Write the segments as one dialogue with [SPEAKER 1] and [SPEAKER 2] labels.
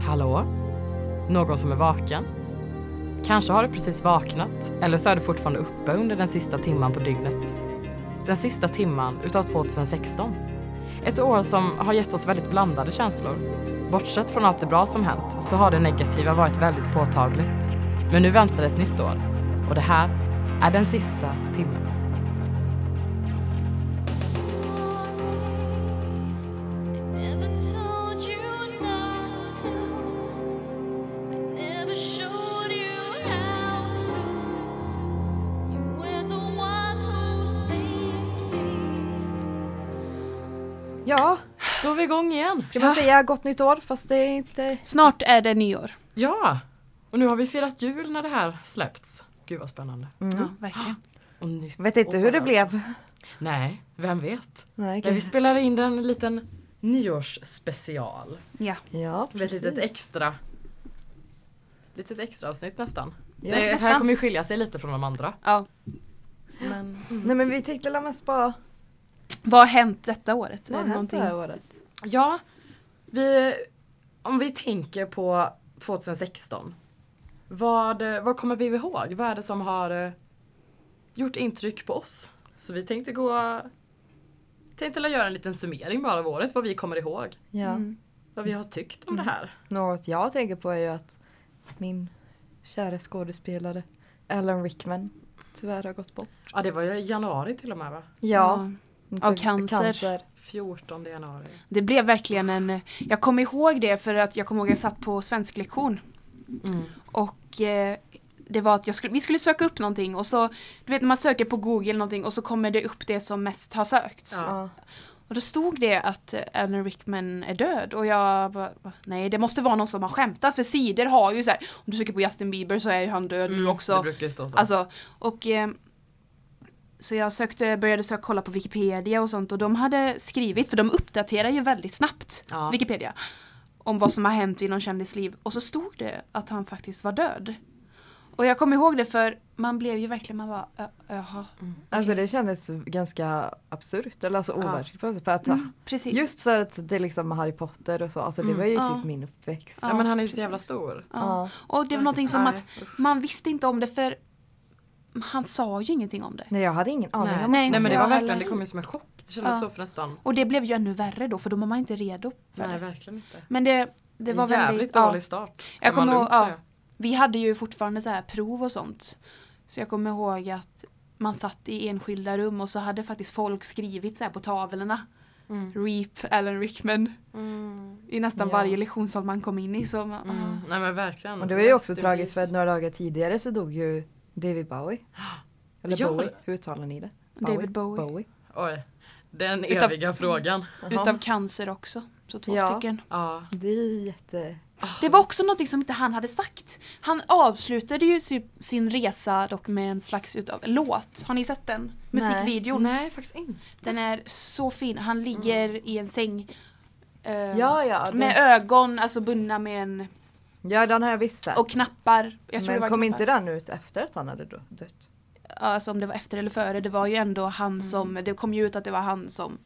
[SPEAKER 1] hallå? Någon som är vaken? Kanske har du precis vaknat, eller så är du fortfarande uppe under den sista timman på dygnet. Den sista timman utav 2016. Ett år som har gett oss väldigt blandade känslor. Bortsett från allt det bra som hänt så har det negativa varit väldigt påtagligt. Men nu väntar ett nytt år och det här är den sista timmen.
[SPEAKER 2] Ja,
[SPEAKER 1] Då är vi igång igen.
[SPEAKER 2] ska man säga gott nytt år fast det är inte...
[SPEAKER 3] Snart är det nyår.
[SPEAKER 1] Ja, och nu har vi firat jul när det här släppts. Gud vad spännande.
[SPEAKER 2] Mm.
[SPEAKER 3] Ja, verkligen.
[SPEAKER 1] Och nytt
[SPEAKER 2] Vet inte
[SPEAKER 1] år,
[SPEAKER 2] hur det
[SPEAKER 1] alltså.
[SPEAKER 2] blev.
[SPEAKER 1] Nej, vem vet.
[SPEAKER 2] Nej,
[SPEAKER 1] När vi
[SPEAKER 2] okej.
[SPEAKER 1] spelade in den en liten nyårsspecial.
[SPEAKER 3] Ja.
[SPEAKER 2] Ja,
[SPEAKER 1] Med ett
[SPEAKER 2] precis.
[SPEAKER 1] litet extra. Litet extra avsnitt nästan.
[SPEAKER 2] Ja,
[SPEAKER 1] det här
[SPEAKER 3] nästan.
[SPEAKER 1] kommer ju skilja sig lite från de andra.
[SPEAKER 3] ja.
[SPEAKER 1] Men,
[SPEAKER 2] Nej men vi tänkte väl mest bara,
[SPEAKER 3] Vad har hänt detta året?
[SPEAKER 2] vad
[SPEAKER 3] Är
[SPEAKER 2] har
[SPEAKER 3] det
[SPEAKER 2] hänt det
[SPEAKER 3] någonting?
[SPEAKER 2] här året?
[SPEAKER 1] ja, vi, om vi tänker på 2016. Vad, vad kommer vi ihåg? Vad är det som har eh, gjort intryck på oss? Så vi tänkte gå... Tänkte la göra en liten summering bara av året, vad vi kommer ihåg.
[SPEAKER 2] Ja.
[SPEAKER 3] Mm.
[SPEAKER 1] Vad vi har tyckt om det här.
[SPEAKER 2] Något jag tänker på är ju att min kära skådespelare Alan Rickman tyvärr har gått bort.
[SPEAKER 1] Ja, det var ju i januari till och med va?
[SPEAKER 2] Ja. inte-
[SPEAKER 3] Av cancer.
[SPEAKER 1] 14 januari.
[SPEAKER 3] Det blev verkligen en... Jag kommer ihåg det för att jag kommer ihåg att jag satt på svensk lektion
[SPEAKER 2] Mm.
[SPEAKER 3] och eh, det var att jag skulle, vi skulle söka upp någonting och så, du vet när man söker på Google någonting och så kommer det upp det som mest har sökts.
[SPEAKER 1] Ja.
[SPEAKER 2] Ja.
[SPEAKER 3] Och då stod det att eh, Alan Rickman är död och jag bara, va? nej det måste vara någon som har skämtat för sidor har ju så här, om du söker på Justin Bieber så är ju han död nu också.
[SPEAKER 1] Mm. Det brukar ju stå så.
[SPEAKER 3] Alltså, och eh, så jag sökte, började söka, kolla på Wikipedia och sånt och de hade skrivit, för de uppdaterar ju väldigt snabbt
[SPEAKER 1] Ja.
[SPEAKER 3] Wikipedia om vad som har hänt i någon kändis liv och så stod det att han faktiskt var död. Och jag kommer ihåg det för man blev ju verkligen, man bara, "Ja, jaha,
[SPEAKER 1] Mm.
[SPEAKER 2] Alltså det kändes ganska absurt eller alltså overkligt på något sätt, för att
[SPEAKER 3] precis.
[SPEAKER 2] Just för att det är liksom Harry Potter och så, alltså det
[SPEAKER 1] Mm.
[SPEAKER 2] var ju
[SPEAKER 3] Ja.
[SPEAKER 2] typ min uppväxt.
[SPEAKER 1] ja, men han är ju så jävla stor.
[SPEAKER 3] Ja.
[SPEAKER 2] Ja.
[SPEAKER 3] Och det var någonting som
[SPEAKER 1] Nej,
[SPEAKER 3] att man visste inte om det för han sa ju ingenting om det.
[SPEAKER 2] Nej jag hade ingen aning
[SPEAKER 1] Nej,
[SPEAKER 2] om
[SPEAKER 1] nej,
[SPEAKER 3] inte
[SPEAKER 1] men det
[SPEAKER 3] jag
[SPEAKER 1] var verkligen,
[SPEAKER 3] heller.
[SPEAKER 1] det kom ju som en chock. Det kändes
[SPEAKER 3] Ja.
[SPEAKER 1] så för nästan.
[SPEAKER 3] Och det blev ju ännu värre då för då var man inte redo. För
[SPEAKER 1] Nej,
[SPEAKER 3] det.
[SPEAKER 1] verkligen inte.
[SPEAKER 3] Men det, det var
[SPEAKER 1] Jävligt
[SPEAKER 3] väldigt... ja.
[SPEAKER 1] dålig start.
[SPEAKER 3] Jag
[SPEAKER 1] kan man
[SPEAKER 3] kommer ihåg-
[SPEAKER 1] lugnt
[SPEAKER 3] ja.
[SPEAKER 1] säga.
[SPEAKER 3] Vi hade ju fortfarande så här prov och sånt. Så jag kommer ihåg att man satt i enskilda rum och så hade faktiskt folk skrivit så här på tavlorna. Reap Alan Rickman i nästan
[SPEAKER 2] Ja.
[SPEAKER 3] varje lektionssal man kom in i. Så man,
[SPEAKER 1] Mm. Nej men verkligen.
[SPEAKER 2] Och det var ju också
[SPEAKER 1] Rest in
[SPEAKER 2] tragiskt för
[SPEAKER 1] peace.
[SPEAKER 2] att några dagar tidigare så dog ju David Bowie. Eller
[SPEAKER 1] Ja.
[SPEAKER 2] Bowie, hur uttalar ni det?
[SPEAKER 3] David Bowie.
[SPEAKER 1] Oj. Den
[SPEAKER 3] Utav-
[SPEAKER 1] eviga frågan.
[SPEAKER 3] ah, Utav cancer också. Så två
[SPEAKER 2] Ja.
[SPEAKER 3] stycken.
[SPEAKER 1] Ja.
[SPEAKER 2] Det är jätte...
[SPEAKER 3] Det var också någonting som inte han hade sagt. Han avslutade ju typ sin resa dock med en slags utav låt. Har ni sett den?
[SPEAKER 2] Nej.
[SPEAKER 3] Musikvideon.
[SPEAKER 1] Nej faktiskt inte.
[SPEAKER 3] Den är så fin. Han ligger i en säng. eh,
[SPEAKER 2] Ja, ja. Den,
[SPEAKER 3] Med ögon, alltså bundna med en
[SPEAKER 2] ja, den har jag visst sett.
[SPEAKER 3] Och knappar. Jag tror det var
[SPEAKER 2] Men kom
[SPEAKER 3] knappar.
[SPEAKER 2] inte den ut efter att han hade då dött?
[SPEAKER 3] Ja, Alltså om det var efter eller före. Det var ju ändå han
[SPEAKER 2] Mm.
[SPEAKER 3] som, det kom ju ut att det var han som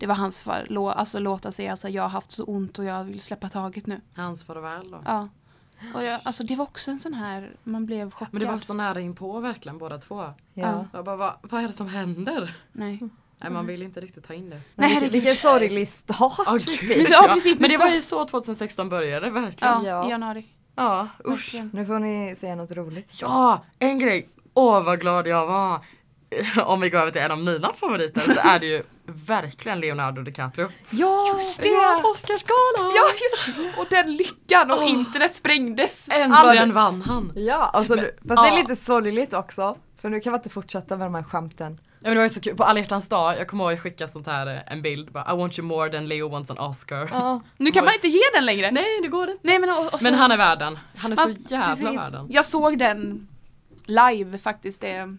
[SPEAKER 3] det var hans far, Lå, alltså låta säga alltså, jag har haft så ont och jag vill släppa taget nu.
[SPEAKER 1] Hans farväl då.
[SPEAKER 3] Ja. Och jag, alltså det var också en sån här, man blev chockad.
[SPEAKER 1] Men det var så nära inpå verkligen båda två.
[SPEAKER 2] Ja.
[SPEAKER 1] Jag bara, vad, vad är det som händer?
[SPEAKER 3] Nej.
[SPEAKER 2] Mm,
[SPEAKER 1] Nej
[SPEAKER 3] Mm.
[SPEAKER 1] man vill inte riktigt ta in det.
[SPEAKER 2] Men
[SPEAKER 3] Nej,
[SPEAKER 2] vilken,
[SPEAKER 3] herregud.
[SPEAKER 2] vilken sorglig start.
[SPEAKER 1] Ja,
[SPEAKER 3] Men
[SPEAKER 1] gud,
[SPEAKER 3] så-
[SPEAKER 1] ja.
[SPEAKER 3] ja, precis,
[SPEAKER 1] men
[SPEAKER 3] men
[SPEAKER 1] det
[SPEAKER 3] så-
[SPEAKER 1] var ju så 2016 började verkligen.
[SPEAKER 3] Ja,
[SPEAKER 2] Ja.
[SPEAKER 3] i januari.
[SPEAKER 1] Ja, usch.
[SPEAKER 3] Verkligen.
[SPEAKER 2] Nu får ni säga något roligt.
[SPEAKER 1] Ja, en grej. Åh vad glad jag var. Om vi går över till en av mina favoriter så är det ju verkligen Leonardo DiCaprio.
[SPEAKER 2] Ja!
[SPEAKER 3] Just det!
[SPEAKER 1] Ja, Oscarsgalan!
[SPEAKER 3] Ja just det. Och den lyckan och internet sprängdes.
[SPEAKER 2] Äh.
[SPEAKER 1] Äntligen
[SPEAKER 3] Alldeles.
[SPEAKER 1] vann han.
[SPEAKER 2] Ja, alltså,
[SPEAKER 1] Men-
[SPEAKER 2] nu- fast det
[SPEAKER 1] ja.
[SPEAKER 2] är lite sorgligt också. För nu kan vi inte fortsätta med de här skämten.
[SPEAKER 1] Ja, men det var ju så kul, på alla hjärtans dag, jag kommer ihåg jag skickade sånt här, eh, en bild bara I want you more than Leo wants an Oscar.
[SPEAKER 2] Ja.
[SPEAKER 3] Nu kan man inte ge den längre.
[SPEAKER 1] Nej det går inte.
[SPEAKER 3] Nej, men, och, och så,
[SPEAKER 1] Men han är värden. Han är
[SPEAKER 3] man-
[SPEAKER 1] så jävla
[SPEAKER 3] precis.
[SPEAKER 1] värden.
[SPEAKER 3] Jag såg den live faktiskt. Det,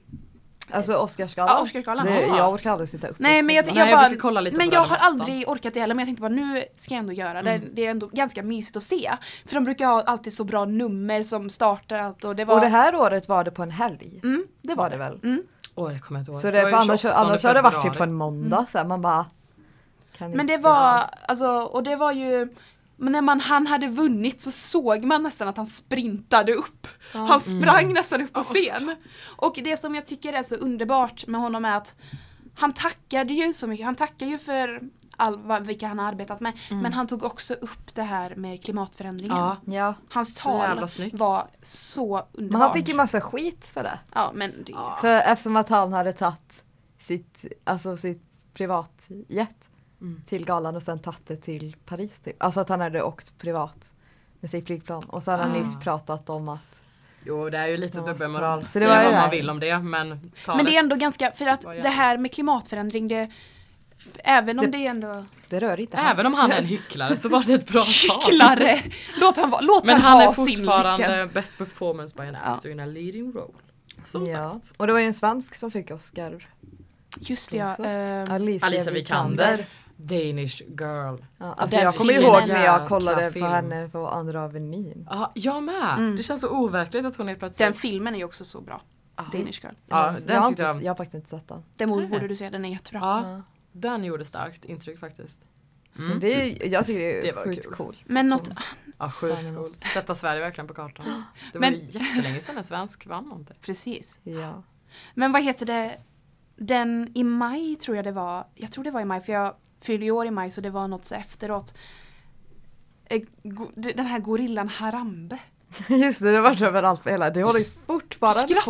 [SPEAKER 2] Alltså Oscarsgalan.
[SPEAKER 3] Ja, Oscarsgalan.
[SPEAKER 2] Det-
[SPEAKER 1] Ja.
[SPEAKER 2] Jag orkar aldrig sitta upp.
[SPEAKER 3] Nej men jag,
[SPEAKER 1] Nej,
[SPEAKER 3] jag,
[SPEAKER 1] jag
[SPEAKER 3] bara,
[SPEAKER 1] brukar kolla lite
[SPEAKER 3] men
[SPEAKER 1] på
[SPEAKER 3] jag
[SPEAKER 1] Röda
[SPEAKER 3] har
[SPEAKER 1] mattan.
[SPEAKER 3] aldrig orkat det heller men jag tänkte bara nu ska jag ändå göra det.
[SPEAKER 1] Mm.
[SPEAKER 3] Det är ändå ganska mysigt att se. För de brukar ha alltid så bra nummer som startar allt och det var...
[SPEAKER 2] Och det här året var det på en helg.
[SPEAKER 3] mm, det var
[SPEAKER 2] var
[SPEAKER 3] det.
[SPEAKER 2] det väl?
[SPEAKER 1] Åh det kommer jag inte ihåg.
[SPEAKER 2] Så det,
[SPEAKER 1] var
[SPEAKER 2] för
[SPEAKER 1] ju
[SPEAKER 2] annars,
[SPEAKER 1] 28
[SPEAKER 2] annars har det varit typ på
[SPEAKER 1] februari.
[SPEAKER 2] en måndag så här, man bara kan
[SPEAKER 3] Men det
[SPEAKER 2] inte-
[SPEAKER 3] var, alltså, och det var ju Men när man, han hade vunnit så såg man nästan att han sprintade upp. han sprang
[SPEAKER 1] Mm.
[SPEAKER 3] nästan upp på scen. Och det som jag tycker är så underbart med honom är att han tackade ju så mycket. Han tackar ju för all, vad, vilka han har arbetat med. Men han tog också upp det här med klimatförändringen.
[SPEAKER 1] Mm. Ja,
[SPEAKER 2] Ja.
[SPEAKER 3] Hans
[SPEAKER 1] Så jävla
[SPEAKER 3] tal
[SPEAKER 1] snyggt.
[SPEAKER 3] var så
[SPEAKER 2] Men
[SPEAKER 3] underbart.
[SPEAKER 2] han fick ju massa skit för det.
[SPEAKER 3] Ja men det
[SPEAKER 1] Ja.
[SPEAKER 2] För eftersom att han hade tagit sitt, alltså sitt privatjet
[SPEAKER 1] Mm.
[SPEAKER 2] till galan och sen tagit det till Paris typ. Alltså att han hade åkt privat med sitt flygplan. Och så hade han
[SPEAKER 1] Ah.
[SPEAKER 2] nyss pratat om att
[SPEAKER 1] Jo, det är ju lite
[SPEAKER 2] Ja,
[SPEAKER 1] dubbelmoral.
[SPEAKER 2] så
[SPEAKER 1] Så
[SPEAKER 2] det
[SPEAKER 1] det
[SPEAKER 2] var ju
[SPEAKER 1] vad
[SPEAKER 2] det.
[SPEAKER 1] man vill om det, men ta
[SPEAKER 3] Men det
[SPEAKER 1] det.
[SPEAKER 3] är ändå ganska, för att
[SPEAKER 1] Vad gör
[SPEAKER 3] det här med klimatförändring det Även om det är ändå
[SPEAKER 2] det rör inte han.
[SPEAKER 1] Även om han är en hycklare så var det ett bra tal.
[SPEAKER 3] Hycklare! Låt han, vara- låt
[SPEAKER 1] Men
[SPEAKER 3] han,
[SPEAKER 1] han
[SPEAKER 3] ha
[SPEAKER 1] är
[SPEAKER 3] sin lycka.
[SPEAKER 1] fortfarande best performance by an
[SPEAKER 3] Ja.
[SPEAKER 1] actor in a leading role. Som
[SPEAKER 2] ja.
[SPEAKER 1] sagt.
[SPEAKER 2] Och det var ju en svensk som fick Oscar.
[SPEAKER 3] Just det ja.
[SPEAKER 2] Också.
[SPEAKER 3] ehm,
[SPEAKER 2] Alicia,
[SPEAKER 1] Alicia
[SPEAKER 2] Vikander.
[SPEAKER 1] Vikander. Danish girl.
[SPEAKER 2] Ja, alltså
[SPEAKER 3] den
[SPEAKER 2] jag kommer
[SPEAKER 3] filmen.
[SPEAKER 2] ihåg när jag
[SPEAKER 1] Jäkla
[SPEAKER 2] kollade på
[SPEAKER 1] film.
[SPEAKER 2] henne på andra avenyn.
[SPEAKER 1] Ja, jag med.
[SPEAKER 3] Mm.
[SPEAKER 1] Det känns så overkligt att hon helt plötsligt...
[SPEAKER 3] den filmen är ju också så bra.
[SPEAKER 1] Ja.
[SPEAKER 3] Danish Girl.
[SPEAKER 1] Ja,
[SPEAKER 2] Men
[SPEAKER 1] den
[SPEAKER 2] jag, har
[SPEAKER 1] tyckte
[SPEAKER 2] inte,
[SPEAKER 1] jag-
[SPEAKER 2] jag har faktiskt inte sett den.
[SPEAKER 3] Den borde
[SPEAKER 1] Nej.
[SPEAKER 3] borde du se, den är jättebra.
[SPEAKER 1] Ja, mm.
[SPEAKER 2] Ja.
[SPEAKER 1] den gjorde starkt intryck faktiskt.
[SPEAKER 2] Men
[SPEAKER 1] Mm.
[SPEAKER 2] Det är, jag tycker det är
[SPEAKER 1] Det var
[SPEAKER 2] sjukt
[SPEAKER 1] kul.
[SPEAKER 2] coolt. liksom.
[SPEAKER 3] Men något,
[SPEAKER 1] Ja,
[SPEAKER 2] Fan,
[SPEAKER 1] sjukt
[SPEAKER 2] det
[SPEAKER 1] coolt.
[SPEAKER 2] måste-
[SPEAKER 1] Sätta Sverige verkligen på kartan. Det var
[SPEAKER 3] Men-
[SPEAKER 1] ju jättelänge sedan en svensk vann någonting.
[SPEAKER 3] precis.
[SPEAKER 2] Ja.
[SPEAKER 3] Men vad heter det? Den i maj tror jag det var. Jag tror det var i maj för jag fyllde ju år i maj så det var något så efteråt. Eh, go- Den här gorillan Harambe.
[SPEAKER 2] Just det, det var typ överallt på hela. Det håller ju fortfarande
[SPEAKER 3] skrattar.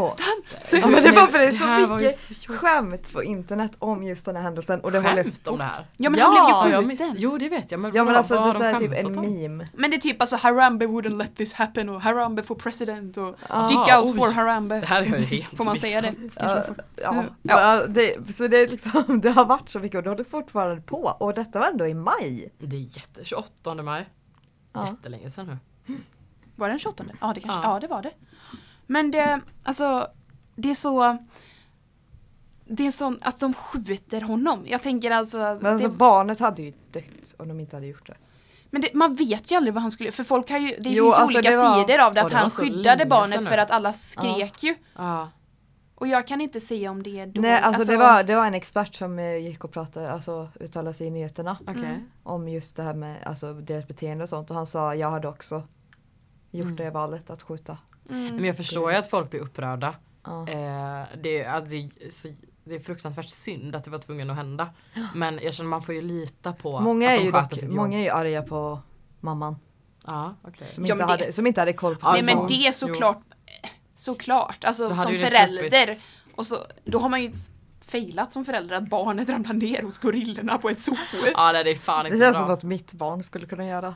[SPEAKER 2] på. Ja, men det var för det är
[SPEAKER 1] Det här
[SPEAKER 2] så
[SPEAKER 1] var ju
[SPEAKER 2] mycket
[SPEAKER 1] så jobbigt.
[SPEAKER 2] skämt på internet om ja. just den här händelsen. Och det håller
[SPEAKER 1] Skämt om det här.
[SPEAKER 3] Ja men
[SPEAKER 2] Ja,
[SPEAKER 1] Ja,
[SPEAKER 3] han
[SPEAKER 1] jag
[SPEAKER 3] blev ju
[SPEAKER 1] miss...
[SPEAKER 3] skjuten.
[SPEAKER 1] Jo det vet jag men,
[SPEAKER 2] Ja men
[SPEAKER 1] vad-
[SPEAKER 2] alltså det
[SPEAKER 1] vad
[SPEAKER 2] är
[SPEAKER 1] har
[SPEAKER 2] så här
[SPEAKER 1] de
[SPEAKER 2] typ en
[SPEAKER 1] skämtat om?
[SPEAKER 2] meme.
[SPEAKER 3] Men det är typ alltså Harambe wouldn't let this happen och Harambe for president och
[SPEAKER 2] Ah,
[SPEAKER 3] Dick out
[SPEAKER 1] oj.
[SPEAKER 3] for Harambe.
[SPEAKER 1] oh, Det här är ju helt
[SPEAKER 3] Får man säga det?
[SPEAKER 1] bisarrt.
[SPEAKER 2] Ja, ja.
[SPEAKER 3] Mm.
[SPEAKER 2] Ja, det, så det, är liksom, det har varit så mycket och det håller fortfarande på. Och detta var ändå i maj.
[SPEAKER 1] Det är jätte... 28 maj.
[SPEAKER 2] Ja.
[SPEAKER 1] Jättelänge sedan nu.
[SPEAKER 3] Var det den 28? Ja det kanske,
[SPEAKER 1] Ja.
[SPEAKER 3] ja. det var det. Men det, alltså det är så det är sånt att de skjuter honom. Jag tänker alltså,
[SPEAKER 2] Men alltså
[SPEAKER 3] det,
[SPEAKER 2] barnet hade ju dött om de inte hade gjort det.
[SPEAKER 3] men det, man vet ju aldrig vad han skulle, för folk har ju, det
[SPEAKER 2] Jo,
[SPEAKER 3] finns ju
[SPEAKER 2] alltså,
[SPEAKER 3] olika
[SPEAKER 2] det var-
[SPEAKER 3] sidor av det,
[SPEAKER 1] och
[SPEAKER 3] att
[SPEAKER 1] det var
[SPEAKER 3] han
[SPEAKER 1] så
[SPEAKER 3] skyddade
[SPEAKER 1] länge
[SPEAKER 3] barnet
[SPEAKER 1] sedan
[SPEAKER 3] för
[SPEAKER 1] nu.
[SPEAKER 3] att alla skrek ju.
[SPEAKER 1] Ja.
[SPEAKER 3] Och jag kan inte säga om det är dåligt.
[SPEAKER 2] Nej alltså, det, var, det var en expert som eh, gick och pratade, alltså uttalade sig i nyheterna.
[SPEAKER 1] Okej.
[SPEAKER 2] om just det här med alltså, deras beteende och sånt och han sa jag hade också gjort
[SPEAKER 1] Mm.
[SPEAKER 2] det valet att skjuta.
[SPEAKER 1] Men
[SPEAKER 3] Mm.
[SPEAKER 1] jag förstår ju att folk blir upprörda.
[SPEAKER 2] Ja.
[SPEAKER 1] Eh, det, är- alltså, det, är så, det är fruktansvärt synd att det var tvungen att hända. Men jag känner man får ju lita på
[SPEAKER 2] Många,
[SPEAKER 1] att
[SPEAKER 2] är
[SPEAKER 1] de
[SPEAKER 2] ju
[SPEAKER 1] sköter
[SPEAKER 2] dock,
[SPEAKER 1] sitt
[SPEAKER 2] många
[SPEAKER 1] jobb.
[SPEAKER 2] är ju arga på mamman
[SPEAKER 1] Ja, okej.
[SPEAKER 2] som,
[SPEAKER 3] Ja,
[SPEAKER 2] inte
[SPEAKER 3] men det-
[SPEAKER 2] hade, som inte hade koll på
[SPEAKER 1] Ja,
[SPEAKER 3] Nej
[SPEAKER 2] sitt
[SPEAKER 3] men
[SPEAKER 2] barn.
[SPEAKER 3] det är såklart, såklart, alltså
[SPEAKER 1] Då hade
[SPEAKER 3] som
[SPEAKER 1] ju det
[SPEAKER 3] förälder.
[SPEAKER 1] sluppit.
[SPEAKER 3] Och så, då har man ju failat som förälder att barnet ramlar ner hos gorillorna på ett sopor.
[SPEAKER 1] Ja nej, det är fan
[SPEAKER 2] Det
[SPEAKER 1] inte
[SPEAKER 2] känns
[SPEAKER 1] bra.
[SPEAKER 2] som att mitt barn skulle kunna göra.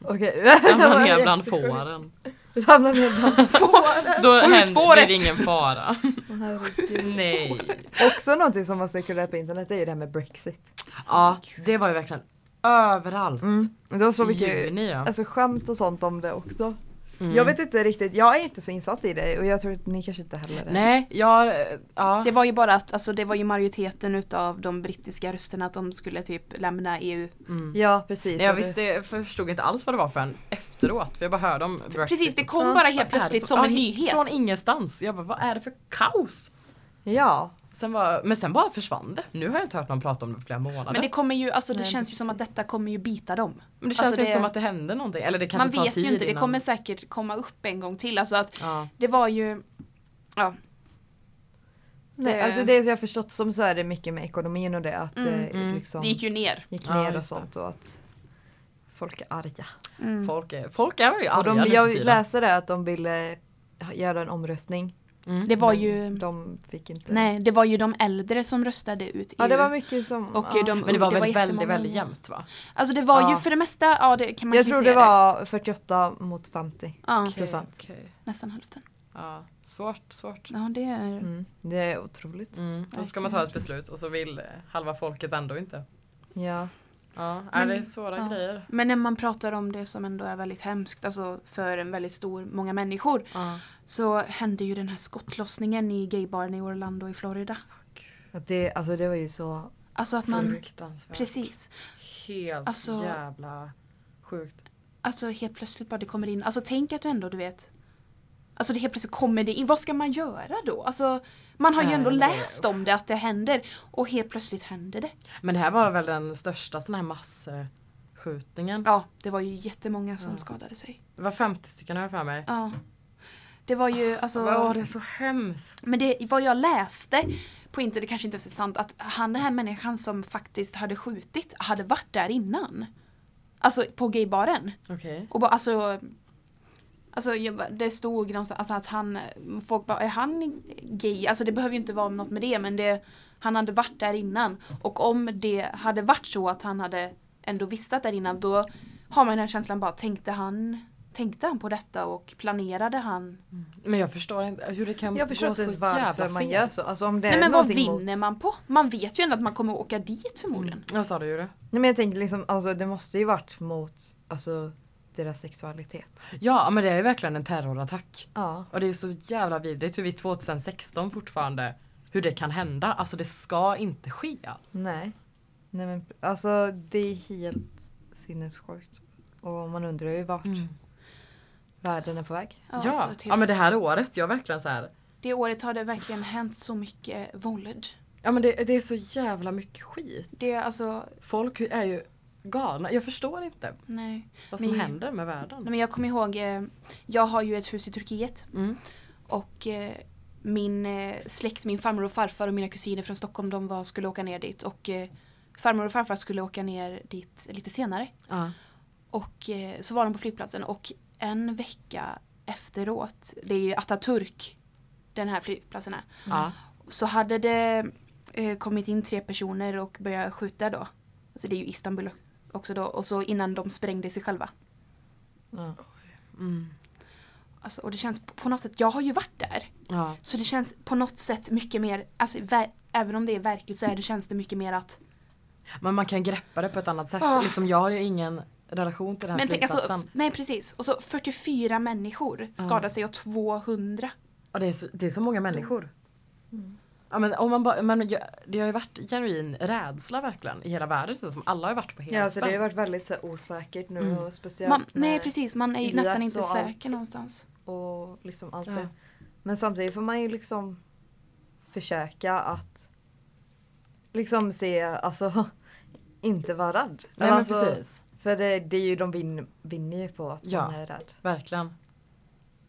[SPEAKER 2] Okej.
[SPEAKER 1] Ramlar ner bland fåren.
[SPEAKER 2] Ramla ner bland fåren.
[SPEAKER 1] Då händer,
[SPEAKER 3] fåret.
[SPEAKER 1] blir det ingen fara.
[SPEAKER 2] Åh, herregud.
[SPEAKER 1] nej.
[SPEAKER 2] Också någonting som man cirkulerar på internet är ju det här med Brexit.
[SPEAKER 1] Ja det var ju verkligen överallt.
[SPEAKER 2] Det var Mm. så
[SPEAKER 1] Mm. I
[SPEAKER 2] mycket
[SPEAKER 1] juni ja.
[SPEAKER 2] alltså, skämt och sånt om det också.
[SPEAKER 1] Mm.
[SPEAKER 2] Jag vet inte riktigt, jag är inte så insatt i det och jag tror att ni kanske inte heller är det.
[SPEAKER 1] Nej, jag... eh, Ja.
[SPEAKER 3] Det var ju bara att, alltså det var ju majoriteten utav de brittiska rösterna att de skulle typ lämna EU.
[SPEAKER 1] Mm.
[SPEAKER 2] Ja precis.
[SPEAKER 1] Nej, jag
[SPEAKER 2] Och det-
[SPEAKER 1] visste, jag förstod inte alls vad det var förrän efteråt. För jag bara hörde om Brexit.
[SPEAKER 3] Precis, det kom
[SPEAKER 2] Ja,
[SPEAKER 3] bara
[SPEAKER 1] Vad är det
[SPEAKER 3] helt plötsligt
[SPEAKER 1] som-
[SPEAKER 3] som
[SPEAKER 1] ja,
[SPEAKER 3] en nyhet.
[SPEAKER 1] Från E ingenstans. Jag bara, vad är det för kaos?
[SPEAKER 2] Ja.
[SPEAKER 1] Sen bara, men sen bara försvann det. Nu har jag inte hört någon prata om det på flera månader.
[SPEAKER 3] Men det kommer ju, alltså det
[SPEAKER 2] Nej,
[SPEAKER 3] känns ju som att
[SPEAKER 2] precis.
[SPEAKER 3] detta kommer ju bita dem.
[SPEAKER 1] Men det känns
[SPEAKER 3] Alltså,
[SPEAKER 1] inte
[SPEAKER 3] det-
[SPEAKER 1] som att det hände någonting. Eller det kanske
[SPEAKER 3] Man
[SPEAKER 1] tar
[SPEAKER 3] vet
[SPEAKER 1] tid
[SPEAKER 3] ju inte, det
[SPEAKER 1] innan.
[SPEAKER 3] kommer säkert komma upp en gång till. Alltså att
[SPEAKER 1] Ja.
[SPEAKER 3] det var ju, ja.
[SPEAKER 2] Nej,
[SPEAKER 3] Det-
[SPEAKER 2] alltså det jag har förstått som så är det mycket med ekonomin och det att
[SPEAKER 3] Mm.
[SPEAKER 2] det
[SPEAKER 1] Mm.
[SPEAKER 2] liksom
[SPEAKER 3] Det gick ju ner.
[SPEAKER 2] gick
[SPEAKER 1] Ja,
[SPEAKER 2] ner och
[SPEAKER 1] just det.
[SPEAKER 2] sånt och att folk är arga.
[SPEAKER 3] Mm.
[SPEAKER 1] Folk, är, folk är väl arga
[SPEAKER 2] Och de,
[SPEAKER 1] nu för
[SPEAKER 2] jag
[SPEAKER 1] tiden.
[SPEAKER 2] läste det att de ville göra en omröstning.
[SPEAKER 1] Mm.
[SPEAKER 3] Det var
[SPEAKER 2] men
[SPEAKER 3] ju,
[SPEAKER 2] De fick inte.
[SPEAKER 3] nej det var ju de äldre som röstade ut E EU.
[SPEAKER 2] Ja det var mycket som.
[SPEAKER 3] och
[SPEAKER 2] ja.
[SPEAKER 3] de,
[SPEAKER 1] Men det var, väl väldigt,
[SPEAKER 3] jättemånga
[SPEAKER 1] väldigt
[SPEAKER 3] unga.
[SPEAKER 1] jämnt va?
[SPEAKER 3] Alltså det var ju
[SPEAKER 2] Ja.
[SPEAKER 3] för det mesta, ja det kan man
[SPEAKER 2] jag
[SPEAKER 3] ju
[SPEAKER 2] tror
[SPEAKER 3] säga
[SPEAKER 2] det var 48 mot 50.
[SPEAKER 3] Ja,
[SPEAKER 1] Okej,
[SPEAKER 2] Procent.
[SPEAKER 1] okej.
[SPEAKER 3] nästan hälften.
[SPEAKER 1] Ja. Svårt, svårt.
[SPEAKER 3] Ja det är...
[SPEAKER 2] Mm. Det är otroligt.
[SPEAKER 1] Mm. Och så ska man ta ett beslut och så vill eh, halva folket ändå inte.
[SPEAKER 2] Ja.
[SPEAKER 1] Ja, är
[SPEAKER 3] Men-
[SPEAKER 1] det är svåra
[SPEAKER 3] ja.
[SPEAKER 1] grejer.
[SPEAKER 3] Men när man pratar om det som ändå är väldigt hemskt, alltså för en väldigt stor många människor, så hände ju den här skottlossningen i gaybaren i Orlando i Florida.
[SPEAKER 2] Att det, alltså det var ju så.
[SPEAKER 3] Alltså att man,
[SPEAKER 1] Fruktansvärt.
[SPEAKER 3] precis,
[SPEAKER 1] Helt
[SPEAKER 3] Alltså-
[SPEAKER 1] jävla sjukt.
[SPEAKER 3] alltså helt plötsligt bara det kommer in, alltså tänk att du ändå du vet Alltså det helt plötsligt kommer det in. Vad ska man göra då? Alltså, man har ju
[SPEAKER 1] Nej,
[SPEAKER 3] ändå
[SPEAKER 1] det-
[SPEAKER 3] läst om det, att det händer. Och helt plötsligt händer det.
[SPEAKER 1] Men det här var väl den största sån här massskjutningen?
[SPEAKER 3] Ja, det var ju jättemånga som
[SPEAKER 1] Ja.
[SPEAKER 3] skadade sig.
[SPEAKER 1] Det var 50 stycken har jag för mig.
[SPEAKER 3] Ja. Det var ju alltså...
[SPEAKER 1] Åh, det är så hemskt.
[SPEAKER 3] Men det, vad jag läste på internet, det kanske inte ens är sant, att han den här människan som faktiskt hade skjutit hade varit där innan. Alltså på gaybaren.
[SPEAKER 1] Okej.
[SPEAKER 3] Och bara alltså... Alltså jag bara- det stod någonstans alltså, att han, folk bara är han gay? Alltså det behöver ju inte vara något med det men det, han hade varit där innan. Och om det hade varit så att han hade ändå vistat där innan då har man den här känslan bara tänkte han, tänkte han på detta och planerade han
[SPEAKER 1] Men jag förstår inte hur det kan
[SPEAKER 2] Jag förstår
[SPEAKER 1] gå
[SPEAKER 2] inte
[SPEAKER 1] så
[SPEAKER 2] ens
[SPEAKER 1] jävla
[SPEAKER 2] varför
[SPEAKER 1] fel.
[SPEAKER 2] man gör så. Alltså
[SPEAKER 1] Eh,
[SPEAKER 2] om det
[SPEAKER 3] Nej
[SPEAKER 2] är
[SPEAKER 3] men vad
[SPEAKER 2] någonting
[SPEAKER 3] vinner
[SPEAKER 2] mot...
[SPEAKER 3] man på? Man vet ju ändå att man kommer åka dit förmodligen.
[SPEAKER 1] Jag sa det ju det.
[SPEAKER 2] Nej men jag tänker liksom, alltså det måste ju varit mot, alltså deras sexualitet.
[SPEAKER 1] Ja men det är ju verkligen en terrorattack.
[SPEAKER 2] Ja.
[SPEAKER 1] Och det är så jävla vidrigt hur vi 2016 fortfarande, hur det kan hända. Alltså det ska inte ske.
[SPEAKER 2] Nej. Nej men alltså det är helt sinnessjukt. Och man undrar ju vart
[SPEAKER 3] Mm.
[SPEAKER 2] världen är på väg.
[SPEAKER 1] Ja,
[SPEAKER 3] så
[SPEAKER 1] ja.
[SPEAKER 3] typ-
[SPEAKER 1] men det här året, jag är verkligen så här.
[SPEAKER 3] Det året har det verkligen hänt så mycket våld.
[SPEAKER 1] Ja men det, det är så jävla mycket skit.
[SPEAKER 3] Det är alltså,
[SPEAKER 1] Folk är ju galna. Jag förstår inte
[SPEAKER 3] nej.
[SPEAKER 1] vad som
[SPEAKER 3] Men-
[SPEAKER 1] händer med världen.
[SPEAKER 3] nej men jag kommer ihåg, eh, jag har ju ett hus i Turkiet.
[SPEAKER 1] Mm.
[SPEAKER 3] Och eh, min eh, släkt, min farmor och farfar och mina kusiner från Stockholm de var, skulle åka ner dit. Och eh, farmor och farfar skulle åka ner dit lite senare.
[SPEAKER 1] Ja.
[SPEAKER 3] Och eh, så var de på flygplatsen och en vecka efteråt, det är ju Atatürk den här flygplatsen är.
[SPEAKER 1] Ja.
[SPEAKER 3] så hade det eh, kommit in tre personer och börjat skjuta då. Alltså det är ju Istanbul också då. Och så innan de sprängde sig själva.
[SPEAKER 2] Ja.
[SPEAKER 1] Mm.
[SPEAKER 3] Alltså, och det känns på- på något sätt, jag har ju varit där.
[SPEAKER 1] ja.
[SPEAKER 3] Så det känns på något sätt mycket mer, alltså, vä- även om det är verkligt så är det, känns det mycket mer att
[SPEAKER 1] Men man kan greppa det på ett annat sätt.
[SPEAKER 3] Ah.
[SPEAKER 1] Liksom, jag har ju ingen relation till den här
[SPEAKER 3] Men tänk alltså,
[SPEAKER 1] flygplatsen.
[SPEAKER 3] f- nej precis. Och så 44 människor skadade sig och 200.
[SPEAKER 1] Ja, det, är så, det är så många människor. Ja, men om man bara, men jag, det har ju varit genuin rädsla verkligen i hela världen. Det är som alla har ju varit på
[SPEAKER 2] Ja, alltså det har ju
[SPEAKER 1] helspänn.
[SPEAKER 2] varit väldigt så här, osäkert nu och speciellt
[SPEAKER 3] Mm. Man,
[SPEAKER 2] med-
[SPEAKER 3] nej precis, man är ju
[SPEAKER 2] IS
[SPEAKER 3] nästan inte
[SPEAKER 2] och allt.
[SPEAKER 3] säker någonstans.
[SPEAKER 2] och liksom allt
[SPEAKER 1] Ja.
[SPEAKER 2] det. Men samtidigt får man ju liksom försöka att liksom se, alltså inte vara rädd.
[SPEAKER 1] Nej
[SPEAKER 2] Eller
[SPEAKER 1] men
[SPEAKER 2] alltså,
[SPEAKER 1] precis.
[SPEAKER 2] För det, det är ju, de vin, vinner ju på att
[SPEAKER 1] Ja.
[SPEAKER 2] man är rädd.
[SPEAKER 1] Verkligen.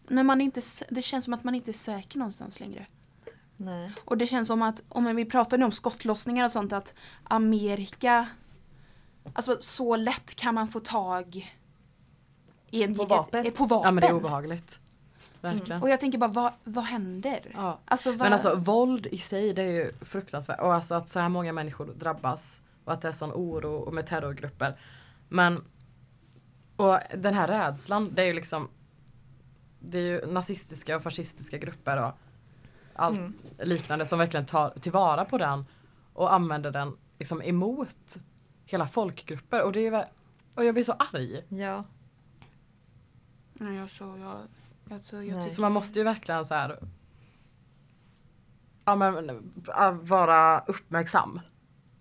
[SPEAKER 3] Men man är inte, sä- det känns som att man inte är säker någonstans längre.
[SPEAKER 2] Nej.
[SPEAKER 3] Och det känns som att, om vi pratar nu om skottlossningar och sånt, att Amerika... Alltså så lätt kan man få tag i en,
[SPEAKER 2] På
[SPEAKER 3] ett-
[SPEAKER 2] vapen.
[SPEAKER 3] Ett, på vapen.
[SPEAKER 1] Ja men det är obehagligt. Verkligen.
[SPEAKER 3] Och jag tänker bara, vad, vad händer?
[SPEAKER 1] Ja.
[SPEAKER 3] Alltså, vad,
[SPEAKER 1] Men alltså våld i sig det är ju fruktansvärt. Och alltså att så här många människor drabbas. Och att det är sån oro och med terrorgrupper. Men och den här rädslan det är ju liksom det är ju nazistiska och fascistiska grupper och allt liknande som verkligen tar tillvara på den och använder den liksom emot hela folkgrupper och det är ju ver- och jag blir så arg.
[SPEAKER 2] Ja.
[SPEAKER 3] Nej, jag, så, jag, alltså, jag
[SPEAKER 2] Nej.
[SPEAKER 3] tycker-
[SPEAKER 1] Så man måste ju verkligen så här ja, men, äh, vara uppmärksam